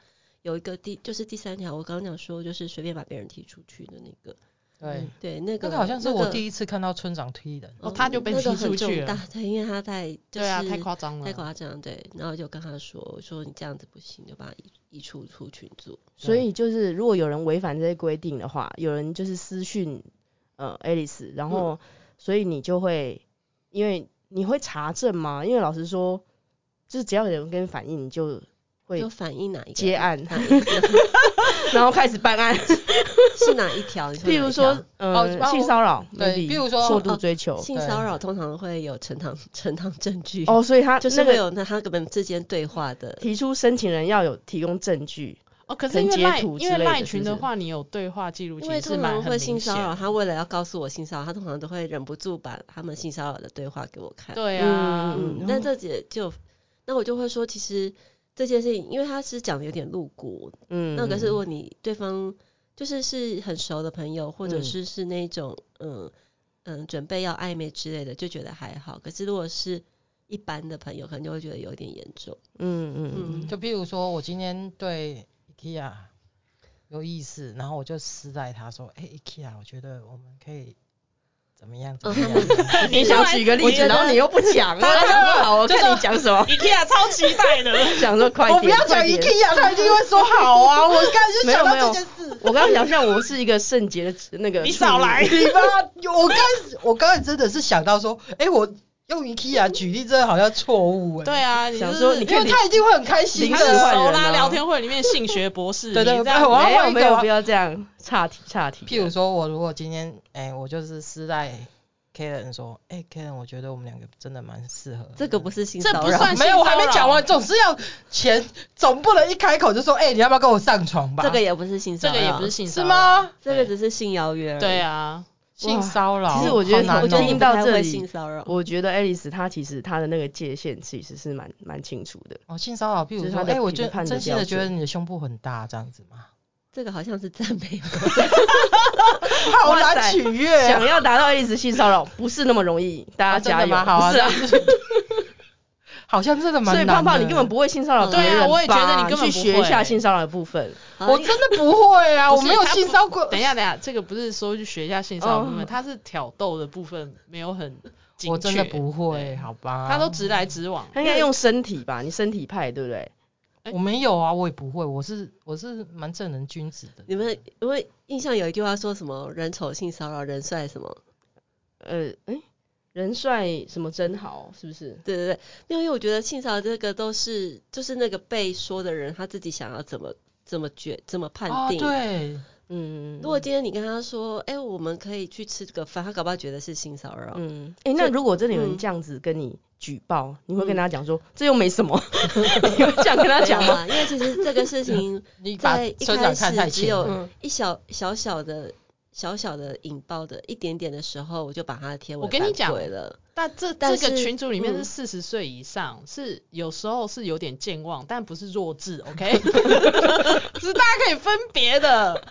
S11: 有一个第就是第三条，我刚刚讲说就是随便把别人踢出去的那个，嗯
S3: 对，
S11: 对，那个
S3: 那个好像是我第
S11: 一，
S3: 一次看到村长推人，
S10: 哦他就被踢出去了
S11: 那个很重大对，因为他太就是
S10: 对啊，太夸张了，
S11: 太夸张，对，然后就跟他说说你这样子不行，就把他移移出出群组。
S9: 所以就是如果有人违反这些规定的话，有人就是私讯呃 Alice，然后、所以你就会因为你会查证吗？因为老实说，就是只要有人跟你反映，你就会
S11: 就反映哪一个
S9: 接案
S11: 哪一个
S9: 然后开始办案，
S11: 是哪一条？你说哪一
S9: 譬
S11: 条
S9: 如说
S3: 哦
S9: 呃
S3: 帮我
S9: 性骚扰，
S3: 对
S9: maybe，
S3: 譬如说
S9: 过
S3: 哦
S9: 度追求
S11: 性骚扰通常会有呈堂 呈堂证据，
S9: 哦，所以他
S11: 就是
S9: 那
S11: 会
S9: 个
S11: 有那他跟们之间对话的，
S9: 提出申请人要有提供证据，
S10: 哦，可
S11: 可
S10: 是
S11: 能
S10: 因为
S11: 截
S10: 赖
S11: 图之
S10: 因为
S11: 类的
S10: 赖
S11: 是
S10: 群
S11: 不
S10: 的
S11: 是
S10: 话，你有对话记录，
S11: 因
S10: 其
S11: 为
S10: 实是
S11: 通
S10: 蛮
S11: 常
S10: 很
S11: 会
S10: 明
S11: 性
S10: 显
S11: 骚扰，
S10: 的。
S11: 他为了要告诉我性骚扰，他通常都会忍不住把他们性骚扰的对话给我看。
S10: 对啊，
S11: 嗯嗯，但这也就，那我就会说，其实这件事情，因为他是讲的有点露骨，
S9: 嗯，
S11: 那可是如果你对方就是是很熟的朋友，或者
S9: 嗯
S11: 是是那种嗯嗯准备要暧昧之类的，就觉得还好。可是如果是一般的朋友，可能就会觉得有点严重。
S9: 嗯嗯
S11: 嗯
S3: 就譬如说我今天对 IKEA 有意思，然后我就私赖他说，哎、i k e a 我觉得我们可以怎么样怎么样。
S9: 嗯， 你想举个例子，然后你又不讲，我想说好，我看你讲什么，
S10: IKEA 超期待 的，
S9: 想说快 点，
S3: 我不要讲
S9: 快点
S3: IKEA，他一定会说好啊，我刚才就
S9: 没
S3: 想
S9: 有
S3: 到
S9: 没
S3: 这
S9: 有
S3: 件事。，
S9: 我刚刚想象我是一个圣洁的那个，
S10: 你少来。
S3: 你妈！我刚我刚才真的是想到说，哎、我用 IKEA 举例真的好像错误哎。
S10: 对啊，你
S9: 想
S10: 就
S9: 说
S10: 是
S9: 你
S3: 因为他一定会很开心
S10: 你
S9: 临
S10: 很
S9: 时
S3: 的。
S9: 换
S10: 熟
S9: 人
S10: 啦，
S9: 啊
S10: 聊天会里面性学博 士，
S3: 对对
S10: 你这
S3: 哎
S10: 样
S3: 我要
S9: 没
S3: 换
S9: 有
S3: 一
S9: 没
S3: 个
S9: 有，
S3: 吧
S9: 不要这样，岔题岔题。
S3: 譬如说，我如果今天，哎、我就是私赖 Karen 说，哎、k a r e n 我觉得我们两个真的蛮适合的。
S11: 这个不是性
S10: 这
S11: 骚
S10: 不
S11: 扰，
S10: 算
S3: 没有，我还没
S10: 性骚扰
S3: 讲完，总是要前，总不能一开口就说，哎、你要不要跟我上床吧？
S11: 这个也不是性骚
S10: 这
S11: 扰，
S10: 个也不是性
S3: 是
S10: 骚扰，
S3: 吗？ 哎
S11: 这个只是性邀约而已。
S10: 对啊，
S3: 性骚扰，
S9: 其实我觉得
S3: 好难
S9: 我觉得
S3: 哦
S9: 听到这里
S11: 性骚扰，
S9: 我觉得爱丽丝她其实她的那个界限其实是蛮蛮清楚的，
S3: 哦，性骚扰，譬
S9: 就
S3: 如
S9: 是
S3: 说，
S9: 他的
S3: 哎、我
S9: 评
S3: 觉
S9: 判
S3: 得
S9: 的
S3: 真心
S9: 标
S3: 的觉得
S9: 准
S3: 你的胸部很大，这样子吗？
S11: 这个好像是赞美。
S3: 好
S9: 哇
S3: 难
S9: 塞
S3: 取悦
S9: 想
S3: 啊，
S9: 要达到爱丽丝性骚扰不是那么容易，大
S3: 啊
S9: 家
S3: 真
S9: 加
S3: 的
S9: 油。
S3: 吗？好啊，
S9: 不是啊，
S3: 这样子 好像真的蛮
S9: 所以
S3: 难
S9: 胖胖
S3: 的
S9: 你根本不会性骚扰别
S10: 对啊
S9: 人吧，
S10: 我也觉得你根本
S9: 去
S10: 不
S9: 学一下
S10: 会
S9: 性骚扰的部分。
S3: 我真的不会啊，
S10: 不
S3: 我
S10: 是
S3: 没有
S10: 他
S3: 性
S10: 不
S3: 骚过。
S10: 等一下，等一下，这个不是说去学一下性骚扰部
S9: 哦
S10: 分，它是挑逗的部分没有很精
S3: 我真的
S10: 确
S3: 不会，
S10: 对
S3: 好吧？
S10: 他都直来直往，
S9: 他应该用身体吧，你身体派对不对？
S3: 我没有啊，我也不会，我是我是蛮正人君子的。
S11: 你们因为印象有一句话说什么“人丑性骚扰，人帅什么
S9: 呃，哎，人帅什么真好，是不是”？？
S11: 对对对，没有，因为我觉得性骚扰这个都是就是那个被说的人他自己想要怎么怎么决怎么
S3: 啊，
S11: 判定。
S3: 对，
S9: 嗯，
S11: 如果今天你跟他说，哎、我们可以去吃个饭，他搞不好觉得是性骚扰。
S9: 嗯，哎、那
S11: 就
S9: 如果真的有人
S11: 嗯
S9: 这样子跟你举报，你会跟他讲说、这又没什 么，你会这样跟他
S11: 没有
S9: 讲 吗？
S11: 啊，因为其实这个事情
S3: 你把
S11: 在一
S3: 村长
S11: 开
S3: 看太
S11: 始只
S3: 浅
S11: 有
S3: 了。
S10: 嗯
S11: 一小小小的、小小的引爆的一点点的时候，我就把他的贴文
S10: 我跟你讲
S11: 反馈了。
S10: 但这
S11: 但
S10: 这个
S11: 是
S10: 群组里面是
S11: 嗯
S10: 四十岁以上，是有时候是有点健忘，但不是弱智，OK？是大家可以分别的。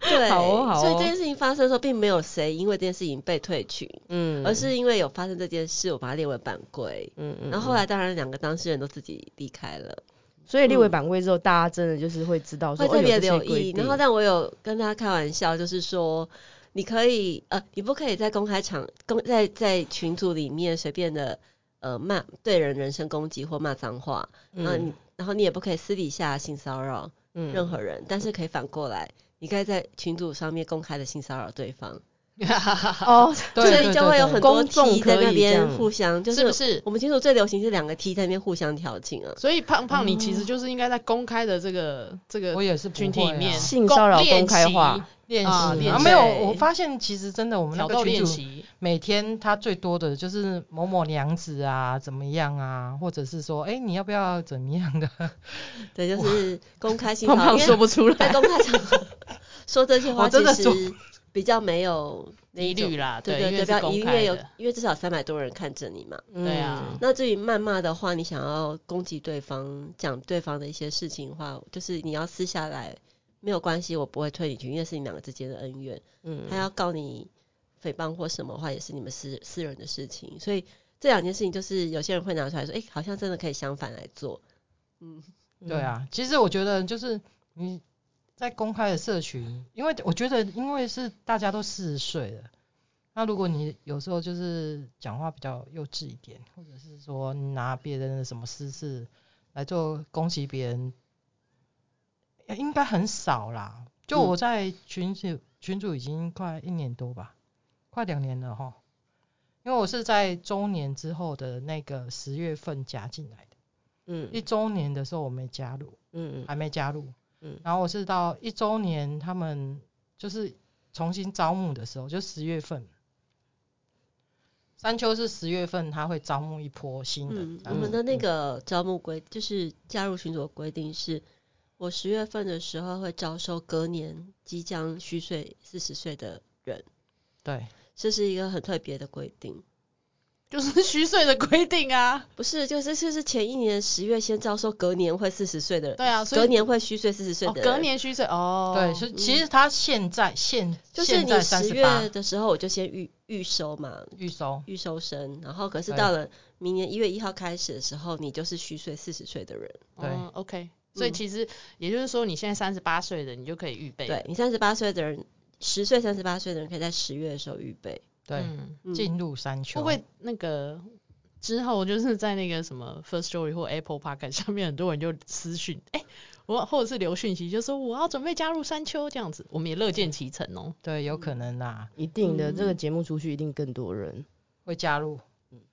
S11: 对，
S9: 好哦好
S11: 所以这
S9: 哦
S11: 件事情发生的时候，并没有谁因为这件事情被退群，
S9: 嗯
S11: 而是因为有发生这件事，我把它列为版规。
S9: 嗯嗯
S11: 然后后来，当然两个当事人都自己离开了，
S9: 所以立为版规之后，大家真的就是会知道说
S11: 嗯会特别
S9: 哦有这些
S11: 留
S9: 规
S11: 意。
S9: 定
S11: 然后，但我有跟他开玩笑，就是说，你可以呃，你不可以在公开场公在在群组里面随便的呃骂对人人身攻击或骂脏话，然后你、然后你也不可以私底下性骚扰
S9: 嗯
S11: 任何人，但是可以反过来，你可以在群组上面公开的性骚扰对方。
S9: 哦，
S3: 对
S11: 所
S3: 对
S11: 以
S3: 对
S11: 就会有
S3: 对
S11: 很多
S9: 公众
S11: T 在
S9: 可以
S11: 那
S9: 这
S11: 边
S9: 样
S11: 互相，就是
S10: 不是
S11: 我们群组最流行是两个 T 在那边互相调情啊。
S10: 所以胖胖，你其实就是应该在公开的这个这个
S3: 我也是不
S10: 群体
S3: 会
S10: 里面
S3: 啊
S9: 性骚扰公开化，
S3: 练习
S10: 啊练
S3: 啊，没有，
S10: 习
S3: 我发现其实真的我们那
S10: 挑
S3: 个
S10: 逗
S3: 群
S10: 练
S3: 主
S10: 习。
S3: 每天他最多的就是某某娘子啊，怎么样啊，或者是说，哎、你要不要怎么样的？
S11: 对，就是公开性骚
S9: 胖
S11: 扰，
S9: 胖
S11: 因为
S9: 说不出
S11: 在
S9: 来，
S11: 公开场合说这些
S3: 我
S11: 话，
S3: 真
S11: 其
S3: 的说
S11: 实比较没有那一
S10: 疑虑
S11: 种
S10: 啦
S11: 对
S10: 对因为
S11: 对，
S10: 是
S11: 比较
S10: 公
S11: 因
S10: 开
S11: 为有嗯
S10: 的，
S11: 因为至少三百多人看着你嘛。
S10: 对啊，
S11: 那至于谩骂的话，你想要攻击对方、讲对方的一些事情的话，就是你要私下来，没有关系，我不会退你群，因为是你们两个之间的恩怨。
S9: 嗯
S11: 他要告你诽谤或什么的话，也是你们私私人的事情。所以这两件事情，就是有些人会拿出来说，哎、好像真的可以相反来做。嗯，
S3: 对啊，其实我觉得就是你在公开的社群，因为我觉得因为是大家都四十岁了，那如果你有时候就是讲话比较幼稚一点，或者是说你拿别人的什么私事来做攻击别人，呃应该很少啦。就我在群组、群组已经快一年多吧，快两年了哈。因为我是在周年之后的那个十月份加进来的。
S9: 嗯
S3: 一周年的时候我没加入，
S9: 嗯
S3: 还没加入，
S9: 嗯
S3: 然后我是到一周年他们就是重新招募的时候，就十月份，山丘是十月份他会招募一波新人
S11: 嗯，
S3: 这样
S11: 我
S3: 子，
S11: 们的那个招募规就是加入群组的规定是，我十月份的时候会招收隔年即将虚岁四十岁的人，
S3: 对，
S11: 这是一个很特别的规定。
S10: 就是虚岁的规定啊。
S11: 不是，就是就是前一年十月先招收隔年会四十岁的人，
S10: 对啊，所以
S11: 隔年会虚岁四十岁
S10: 哦，
S11: 的人。
S10: 隔年虚岁哦，
S3: 对，是其实他现在现
S11: 就是
S3: 现
S11: 你
S3: 在
S11: 十
S3: 38
S11: 月的时候我就先预预收嘛，
S3: 预收，
S11: 预收生，然后可是
S3: 对
S11: 到了明年一月一号开始的时候，你就是虚岁四十岁的人。
S3: 对
S10: 嗯，OK。所以
S11: 嗯
S10: 其实也就是说，你现在三十八岁的，你就可以预备。
S11: 对，你三十八岁的人，十岁三十八岁的人可以在十月的时候预备。
S3: 对，
S10: 嗯
S11: 嗯
S3: 进入山丘。
S10: 会不会那个之后就是在那个什么 First Story 或 Apple p o c a s t 上面，很多人就私讯，哎、我或者是留讯息，就说我要准备加入山丘这样子，我们也乐见其成哦、
S3: 对，有可能啦，
S9: 一定的，这个
S10: 嗯
S9: 节目出去一定更多人。
S3: 会加入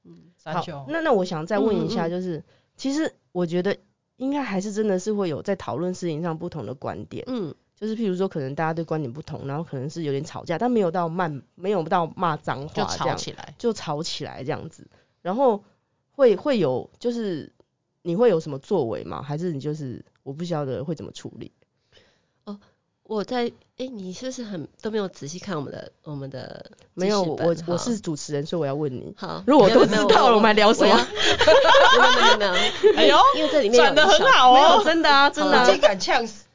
S11: 嗯，
S3: 山丘。
S9: 那那我想再问一
S10: 嗯
S9: 下，
S10: 嗯嗯
S9: 就是其实我觉得应该还是真的是会有在讨论事情上不同的观点，
S11: 嗯，
S9: 就是譬如说可能大家对观点不同，然后可能是有点吵架，但没有到骂没有到骂脏
S10: 就
S9: 话这
S10: 吵
S9: 样，
S10: 起来。
S9: 就吵起来这样子，然后会会有就是你会有什么作为吗？还是你就是我不晓得会怎么处理？
S11: 我在哎、你是不是很都没有仔细看我们的我们的
S9: 没有，
S11: 记
S9: 我
S11: 事本
S9: 我
S11: 好
S9: 我是主持人，所以我要问你。
S11: 好，
S9: 如果我
S11: 没有
S9: 都知道了，我们还聊什？么？
S11: 没有没有没
S10: 哎
S11: 有没有没有没有没 有
S10: 呦，
S11: 因为这 里面
S10: 转
S11: 有
S10: 得
S11: 一
S10: 很
S11: 小
S10: 好哦
S9: 没有，真的啊，真的啊，
S3: 真敢呛死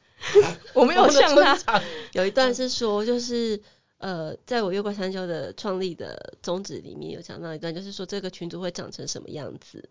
S9: 我没有像他，
S3: 他，
S11: 有一段是说，就是呃，在我月光山丘的创立的宗旨里面有讲到一段，就是说这个群组会长成什么样子，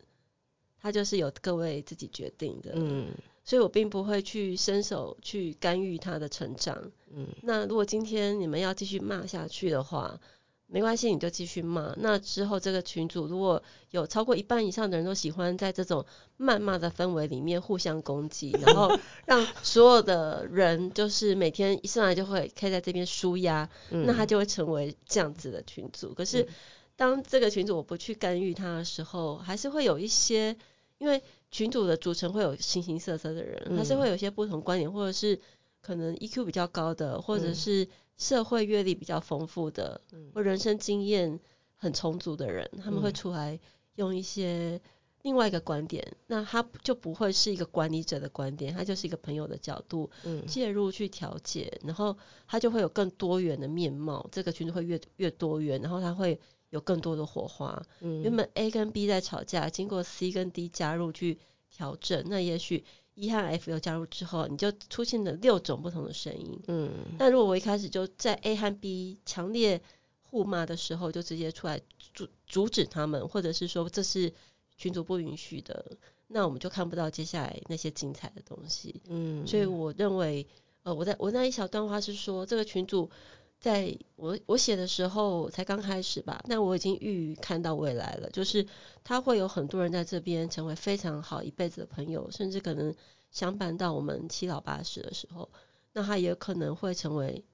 S11: 它就是由各位自己决定的。
S9: 嗯
S11: 所以我并不会去伸手去干预他的成长。
S9: 嗯，
S11: 那如果今天你们要继续骂下去的话，没关系，你就继续骂。那之后这个群组如果有超过一半以上的人都喜欢在这种谩骂的氛围里面互相攻击，然后让所有的人就是每天一上来就会可以在这边舒压，
S9: 嗯，
S11: 那他就会成为这样子的群组。可是当这个群组我不去干预他的时候，还是会有一些，因为群组的组成会有形形色色的人，还是
S9: 嗯
S11: 会有一些不同观点，或者是可能 EQ 比较高的，或者
S9: 嗯
S11: 是社会阅历比较丰富的，
S9: 嗯
S11: 或人生经验很充足的人，他们会
S9: 嗯
S11: 出来用一些。另外一个观点，那他就不会是一个管理者的观点，他就是一个朋友的角度，
S9: 嗯
S11: 介入去调解，然后它就会有更多元的面貌，这个群组会越越多元，然后它会有更多的火花。
S9: 嗯
S11: 原本 A 跟 B 在吵架，经过 C 跟 D 加入去调整，那也许 E 和 F 又加入之后，你就出现了六种不同的声音。
S9: 嗯
S11: 那如果我一开始就在 A 和 B 强烈互骂的时候，就直接出来阻阻止他们，或者是说这是群主不允许的，那我们就看不到接下来那些精彩的东西。
S9: 嗯，
S11: 所以我认为，呃，我在我那一小段话是说，这个群主在我我写的时候才刚开始吧，那我已经预看到未来了，就是他会有很多人在这边成为非常好一辈子的朋友，甚至可能相伴到我们七老八十的时候，那他也可能会成为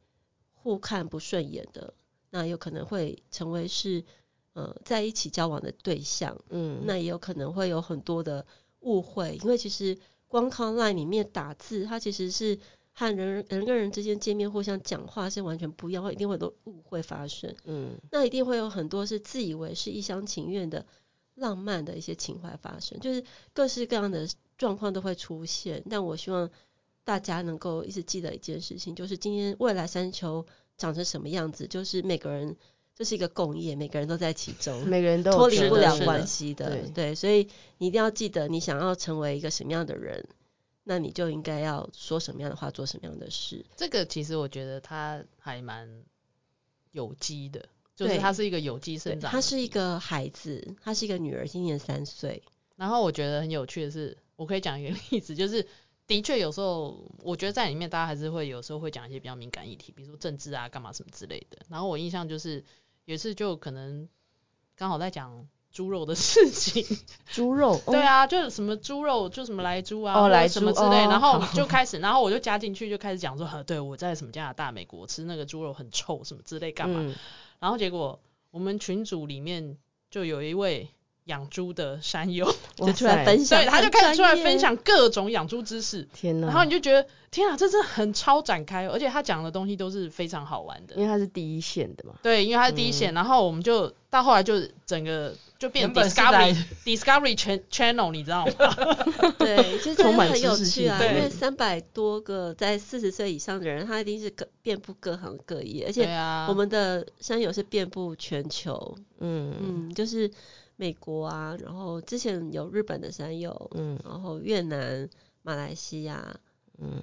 S11: 互看不顺眼的，那有可能会成为是呃在一起交往的对象。
S9: 嗯
S11: 那也有可能会有很多的误会，因为其实光靠 LINE 里面打字，它其实是和人人跟人之间见面互相讲话是完全不一样，会一定会有很多误会发生。
S9: 嗯
S11: 那一定会有很多是自以为是一厢情愿的浪漫的一些情怀发生，就是各式各样的状况都会出现。但我希望大家能够一直记得一件事情，就是今天未来山丘长成什么样子，就是每个人这是一个共业，每个人都在其 中。
S9: 每个人都有
S11: 脱
S9: 自己
S11: 离
S9: 的
S11: 不了
S9: 是的
S11: 关系的，
S9: 对
S11: 对，所以你一定要记得，你想要成为一个什么样的人，那你就应该要说什么样的话，做什么样的事。
S10: 这个其实我觉得它还蛮有机的，就是
S11: 对
S10: 它是一个有机
S11: 对，
S10: 生长。
S11: 她是一，个孩子，她是一个女儿，今年三 岁。
S10: 然后我觉得很有趣的是，我可以讲一个 例子，就是的确有时候我觉得在里面大家还是会有时候会讲一些比较敏感议题，比如说政治啊、干嘛什么之类的。然后我印象就是有一次就可能刚好在讲猪肉的事情，
S9: 猪肉，
S10: 对啊，就是什么猪肉，就什么来猪啊，
S9: 哦
S10: 或者
S9: 来
S10: 什么之
S9: 猪
S10: 类，
S9: 哦
S10: 然后就开始，然后我就加进去，就开始讲说，啊对我在什么加拿大、美国吃那个猪肉很臭，什么之类
S9: 哦，
S10: 干嘛？
S9: 嗯
S10: 然后结果我们群组里面就有一位养猪的山友，
S11: 就出来分享，
S10: 对，他就开始出来
S11: 很专业
S10: 分。享各种养猪知识，
S11: 嗯
S9: 天哪！
S10: 然后你就觉得天啊，这真的很超展开，而且他讲的东西都是非常好玩
S9: 因
S11: 嗯
S10: 的。
S9: 为他是第一线的嘛，
S10: 对，因为他是第一线，然后我们就到后来就整个就变
S3: 原本是
S10: Discovery
S3: 来
S10: Discovery Chan- Channel，你知 道吗？
S11: 对，其实真
S9: 充
S11: 的
S9: 满
S11: 很有
S9: 知识
S11: 趣
S9: 性
S11: 啊，
S10: 对
S11: 因为三百多个在四十岁以上的人，他一定是各遍布各行各业，而
S10: 对
S11: 且
S10: 啊，
S11: 我们的山友是遍布全球，
S9: 嗯
S11: 嗯，就是美国啊，然后之前有日本的山友，
S9: 嗯
S11: 然后越南、马来西亚，
S9: 嗯，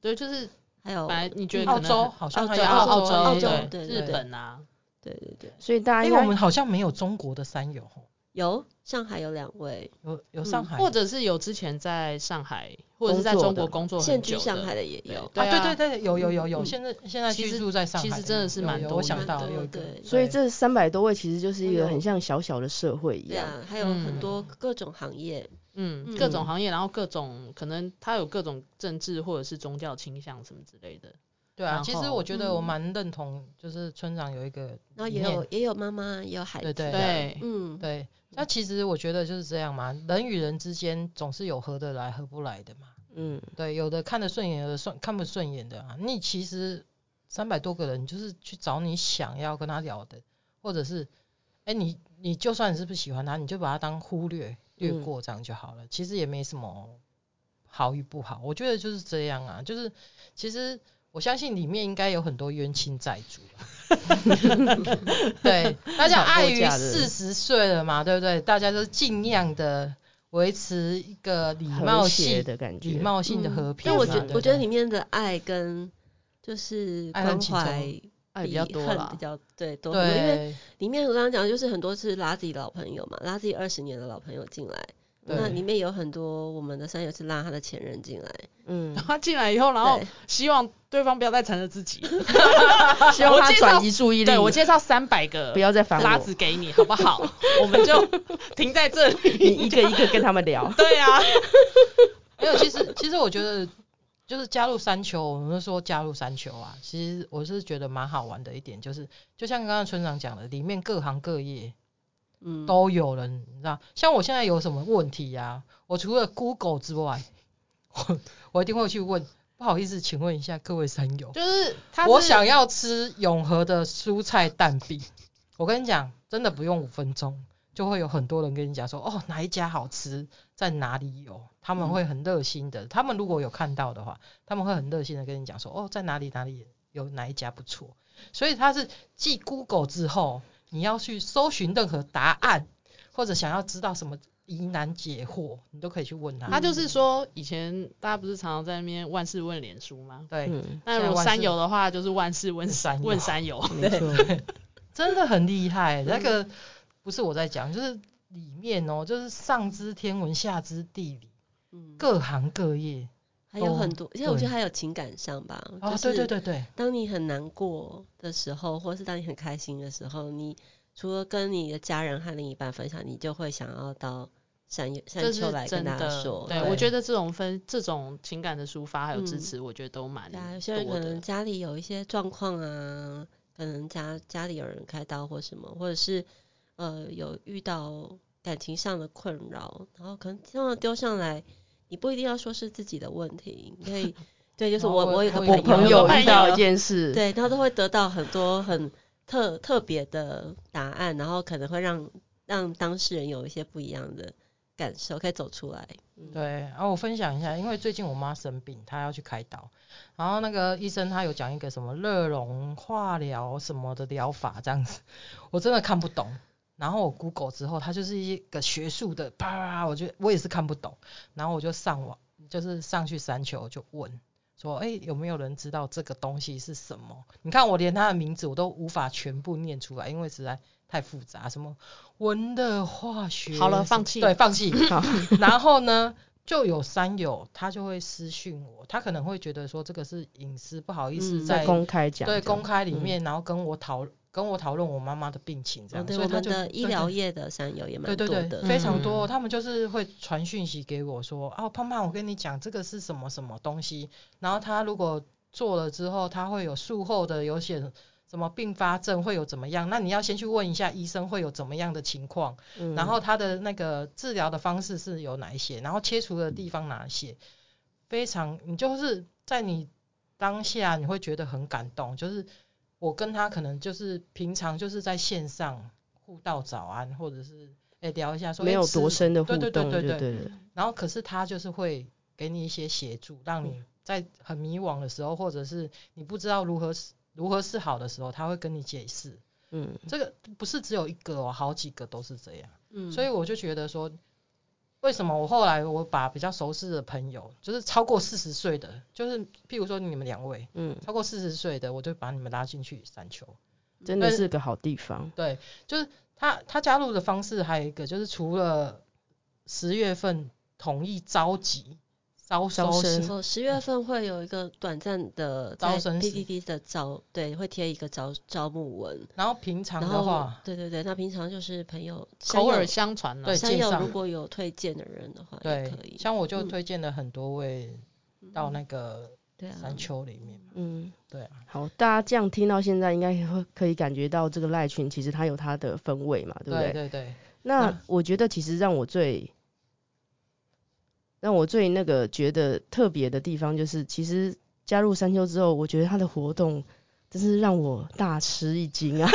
S10: 对就是
S11: 还有
S10: 本来你觉得可
S3: 澳
S10: 能
S3: 洲好像
S11: 澳
S3: 还
S11: 洲
S3: 有
S11: 澳
S3: 洲、
S11: 洲澳洲
S10: 对
S11: 对
S10: 日
S11: 对对
S10: 本啊，
S11: 对对对，
S9: 所以大家
S3: 因
S9: 应
S3: 哎为我
S9: 该
S3: 们好像没有中国的山友吼，
S11: 有上海有两位
S3: 有有上
S11: 嗯
S3: 海，
S10: 或者是有之前在上海或者是在
S9: 工作
S10: 中国
S9: 的
S10: 工作
S11: 现
S10: 很
S11: 居
S10: 久
S11: 上海
S10: 的，
S11: 的也有，
S10: 对
S3: 啊，
S10: 啊
S3: 对对对，有有有有，
S11: 嗯
S3: 现在现在
S10: 其
S3: 居
S10: 实
S3: 住在上海
S10: 其
S3: 的，
S10: 实真的是
S3: 有
S10: 蛮
S3: 有
S10: 多
S3: 我
S10: 元
S3: 想
S11: 的
S3: 到
S11: 对
S3: 有一个
S11: 对，
S9: 所以这三百多位其实就是一个
S11: 哎呦
S9: 很像小小的社会一
S11: 对
S9: 样，
S11: 啊，还有很
S10: 嗯
S11: 多各种行业，
S10: 嗯，
S11: 嗯
S10: 各种行业，然后各种可能他有各种政治或者是宗教倾向什么之类的，
S3: 对啊，
S10: 然
S3: 其实
S10: 后
S3: 我觉得我
S11: 嗯
S3: 蛮认同，就是村长有一个
S11: 然后
S3: 理
S11: 也
S3: 念
S11: 有也有妈妈，也有孩子，
S3: 对
S10: 对，
S11: 嗯，
S3: 对，那其实我觉得就是这样嘛，人与人之间总是有合得来、合不来的嘛。
S9: 嗯，
S3: 对，有的看得顺眼，有的顺看不顺眼的啊。你其实三百多个人，你就是去找你想要跟他聊的，或者是，哎、你你就算你是不喜欢他，你就把他当忽略略
S9: 嗯
S3: 过这样就好了。其实也没什么好与不好，我觉得就是这样啊。就是其实我相信里面应该有很多冤亲债主啊。 对，大家碍于四十岁了嘛，对不对？大家都尽量的维持一个礼貌
S9: 和谐
S3: 性
S9: 的感觉，
S3: 礼貌性的
S11: 嗯
S3: 和平
S11: 但
S3: 嘛。
S11: 我
S10: 啊
S11: 觉
S3: 对不
S11: 我觉得
S3: 对
S11: 里面的爱跟就是
S3: 爱恨
S11: 关
S3: 情仇
S11: 怀
S10: 爱比较多
S11: 恨
S10: 啦
S11: 比。较对多很多，因为
S3: 对
S11: 里面我刚刚讲的就是很多是拉自己老朋友嘛，拉自己二十年的老朋友进来，那里
S3: 对
S11: 面有很多我们的山友是拉他的前任进来，
S9: 嗯，
S10: 他进来以后，然后
S11: 对
S10: 希望对方不要再缠着自 己。
S9: 希望
S10: 我
S9: 他
S10: 介绍
S9: 转移注意力，
S10: 对我介绍三百个
S9: 不要再烦
S10: 拉
S9: 我
S10: 子，给你，好不 好？我们就停在这
S9: 你
S10: 里。，
S9: 一个一个跟他们聊
S10: 对啊，
S3: 没有，其实其实我觉得就是加入山丘，我们说加入山丘啊，其实我是觉得蛮好玩的一点，就是就像刚刚村长讲的，里面各行各业
S11: 嗯，
S3: 都有人，你知道，像我现在有什么问题呀、我除了 Google 之外，我我一定会去问。不好意思，请问一下各位山友，
S10: 就是他
S3: 我
S10: 是
S3: 想要吃永和的蔬菜蛋饼。我跟你讲，真的不用五分钟，就会有很多人跟你讲说，哦，哪一家好吃，在哪里有，他们会很热心的。他们如果有看到的话，他们会很热心的跟你讲说，哦，在哪里哪里有哪一家不错。所以它是继 Google 之后，你要去搜寻任何答案，或者想要知道什么疑难解惑，你都可以去问他。
S10: 他就是说，以前大家不是常常在那边万事问脸书吗？
S3: 对，
S9: 嗯，
S10: 那
S3: 现在
S10: 如果
S3: 万
S10: 山
S3: 事
S10: 友的话，就是万事问
S3: 山友
S10: 问山友。
S9: 没错，
S3: 真的很厉
S11: 嗯
S3: 害。那个不是我在讲，就是里面哦，就是上知天文，下知地理，
S11: 嗯
S3: 各行各业
S11: 还有很多，而且我觉
S3: 对
S11: 得还有情感上吧，
S3: 啊，
S11: 就是
S3: 对对对对，
S11: 当你很难过的时候，或是当你很开心的时候，你除了跟你的家人和另一半分享，你就会想要到山友
S10: 这
S11: 山
S10: 是
S11: 丘来
S10: 真
S11: 跟大家
S10: 的
S11: 说。
S10: 对，我觉得这种分这种情感的抒发还有支
S11: 嗯
S10: 持，我觉得都蛮
S11: 对
S10: 多
S11: 啊，有些人可能
S10: 的。
S11: 家里有一些状况啊，可能家家里有人开刀或什么，或者是呃有遇到感情上的困扰，然后可能这样丢上来，你不一定要说是自己的问题，你 可以对，就是
S3: 哦
S11: 我
S3: 我
S11: 我有个
S3: 我
S9: 我朋
S11: 友
S9: 友
S11: 遇
S9: 遇到一件事，
S11: 对，他都会得到很多很特特别的答案，然后可能会让让当事人有一些不一样的感受，可以走出来。
S10: 嗯
S3: 对，然、后我分享一下，因为最近我妈生病，她要去开刀，然后那个医生他有讲一个什么热熔化疗什么的疗法这样子，我真的看不懂。然后我 Google 之后，它就是一个学术的，啪啪啪，我就我也是看不懂，然后我就上网，就是上去山丘就问说，哎、有没有人知道这个东西是什么？你看我连它的名字我都无法全部念出来，因为实在太复杂，什么文的化学，
S10: 好了
S3: 什么
S10: 放弃
S3: 对，放弃，
S9: 好，
S3: 然后呢，就有山友他就会私讯我，他可能会觉得说这个是隐私，不好意思
S11: 嗯
S3: 在、
S9: 在公开讲，
S3: 对公开里面，然后跟我讨跟我讨论我妈妈的病情这
S11: 哦
S3: 样，
S11: 对，
S3: 所
S11: 我
S3: 以他
S11: 们
S3: 就
S11: 的医疗
S3: 对
S11: 业的山友也蛮
S3: 对
S11: 多
S3: 对
S11: 的，
S3: 对非常多，
S10: 嗯
S3: 他们就是会传讯息给我说，哦，胖胖，我跟你讲这个是什么什么东西，然后他如果做了之后，他会有术后的有些什么并发症会有怎么样，那你要先去问一下医生会有怎么样的情况，
S9: 嗯
S3: 然后他的那个治疗的方式是有哪一些，然后切除的地方哪一些，非常你就是在你当下你会觉得很感动，就是我跟他可能就是平常就是在线上互道早安，或者是哎、聊一下说
S9: 没
S3: 哎
S9: 有
S3: 吃
S9: 多深的互
S3: 对
S9: 动，
S3: 对对对
S9: 对
S3: 对
S9: 对，
S3: 然后可是他就是会给你一些协助，让
S9: 嗯
S3: 你在很迷惘的时候，或者是你不知道如何是如何是好的时候，他会跟你解释。
S9: 嗯，
S3: 这个不是只有一个哦，好几个都是这样。
S10: 嗯，
S3: 所以我就觉得说，为什么我后来我把比较熟识的朋友，就是超过四十岁的，就是譬如说你们两位
S9: 嗯，
S3: 超过四十岁的，我就把你们拉进去散球。
S9: 真的
S3: 但
S9: 是个好地方。
S3: 对，就是他他加入的方式还有一个就是除了十月份统一召集招
S9: 招
S3: 收
S9: 生
S3: 是嗯
S11: 哦，十月份会有一个短暂的
S3: 招
S11: 在
S3: 生时
S11: PDD 的招，对，会贴一个招招募文。
S3: 然后平常
S11: 然
S3: 的
S11: 后
S3: 话，，
S11: 对对对，那平常就是朋友
S10: 口耳
S11: 相
S10: 相传了
S3: 对，
S11: 山
S3: 介
S11: 友
S3: 绍
S11: 如果有推荐的人的话，哦也
S3: 对
S11: 可以。
S3: 像我就
S11: 嗯
S3: 推荐了很多位到那个
S11: 对啊，
S3: 山丘里面嘛，
S9: 嗯，
S3: 对啊，
S9: 好，大家这样听到现在，应该会可以感觉到这个赖群其实它有它的氛围嘛，对不
S3: 对对对，
S9: 那
S3: 嗯
S9: 我觉得其实让我最让我最那个觉得特别的地方，就是其实加入山丘之后，我觉得它的活动真是让我大吃一惊啊！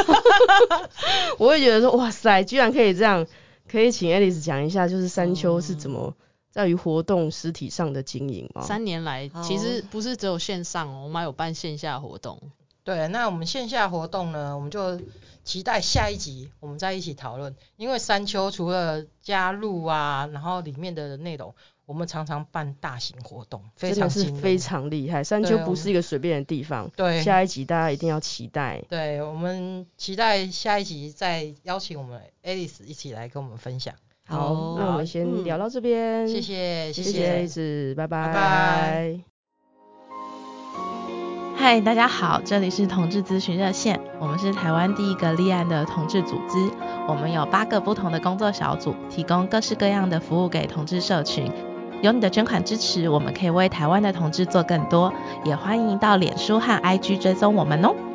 S9: 我会觉得说，哇塞，居然可以这样，可以请 Alice 讲一下，就是山丘是怎
S3: 哦
S9: 么在于活动实体上的经营吗？
S10: 三年来
S11: 好
S10: 其实不是只有线上哦，我们还有办线下活动。
S3: 对，那我们线下活动呢，我们就期待下一集我们再一起讨论。因为山丘除了加入啊，然后里面的内容，我们常常办大型活动，非
S9: 真的
S3: 常
S9: 是
S3: 惊人
S9: 非常厉害，山丘
S3: 对我
S9: 不
S3: 们
S9: 是一个随便的地方。
S3: 对。
S9: 下一集大家一定要期待。
S3: 对，我们期待下一集再邀请我们 Alice 一起来跟我们分享。
S9: 好，那我
S3: 好
S9: 们先
S11: 嗯
S9: 聊到这边，
S3: 谢谢，
S9: 谢
S3: 谢
S9: 谢 Alice，拜
S3: 拜
S9: 拜
S3: 拜。
S5: 嗨，大家好，这里是同志咨询热线，我们是台湾第一个立案的同志组织，我们有八个不同的工作小组，提供各式各样的服务给同志社群。有你的捐款支持，我们可以为台湾的同志做更多，也欢迎到脸书和 IG 追踪我们哦。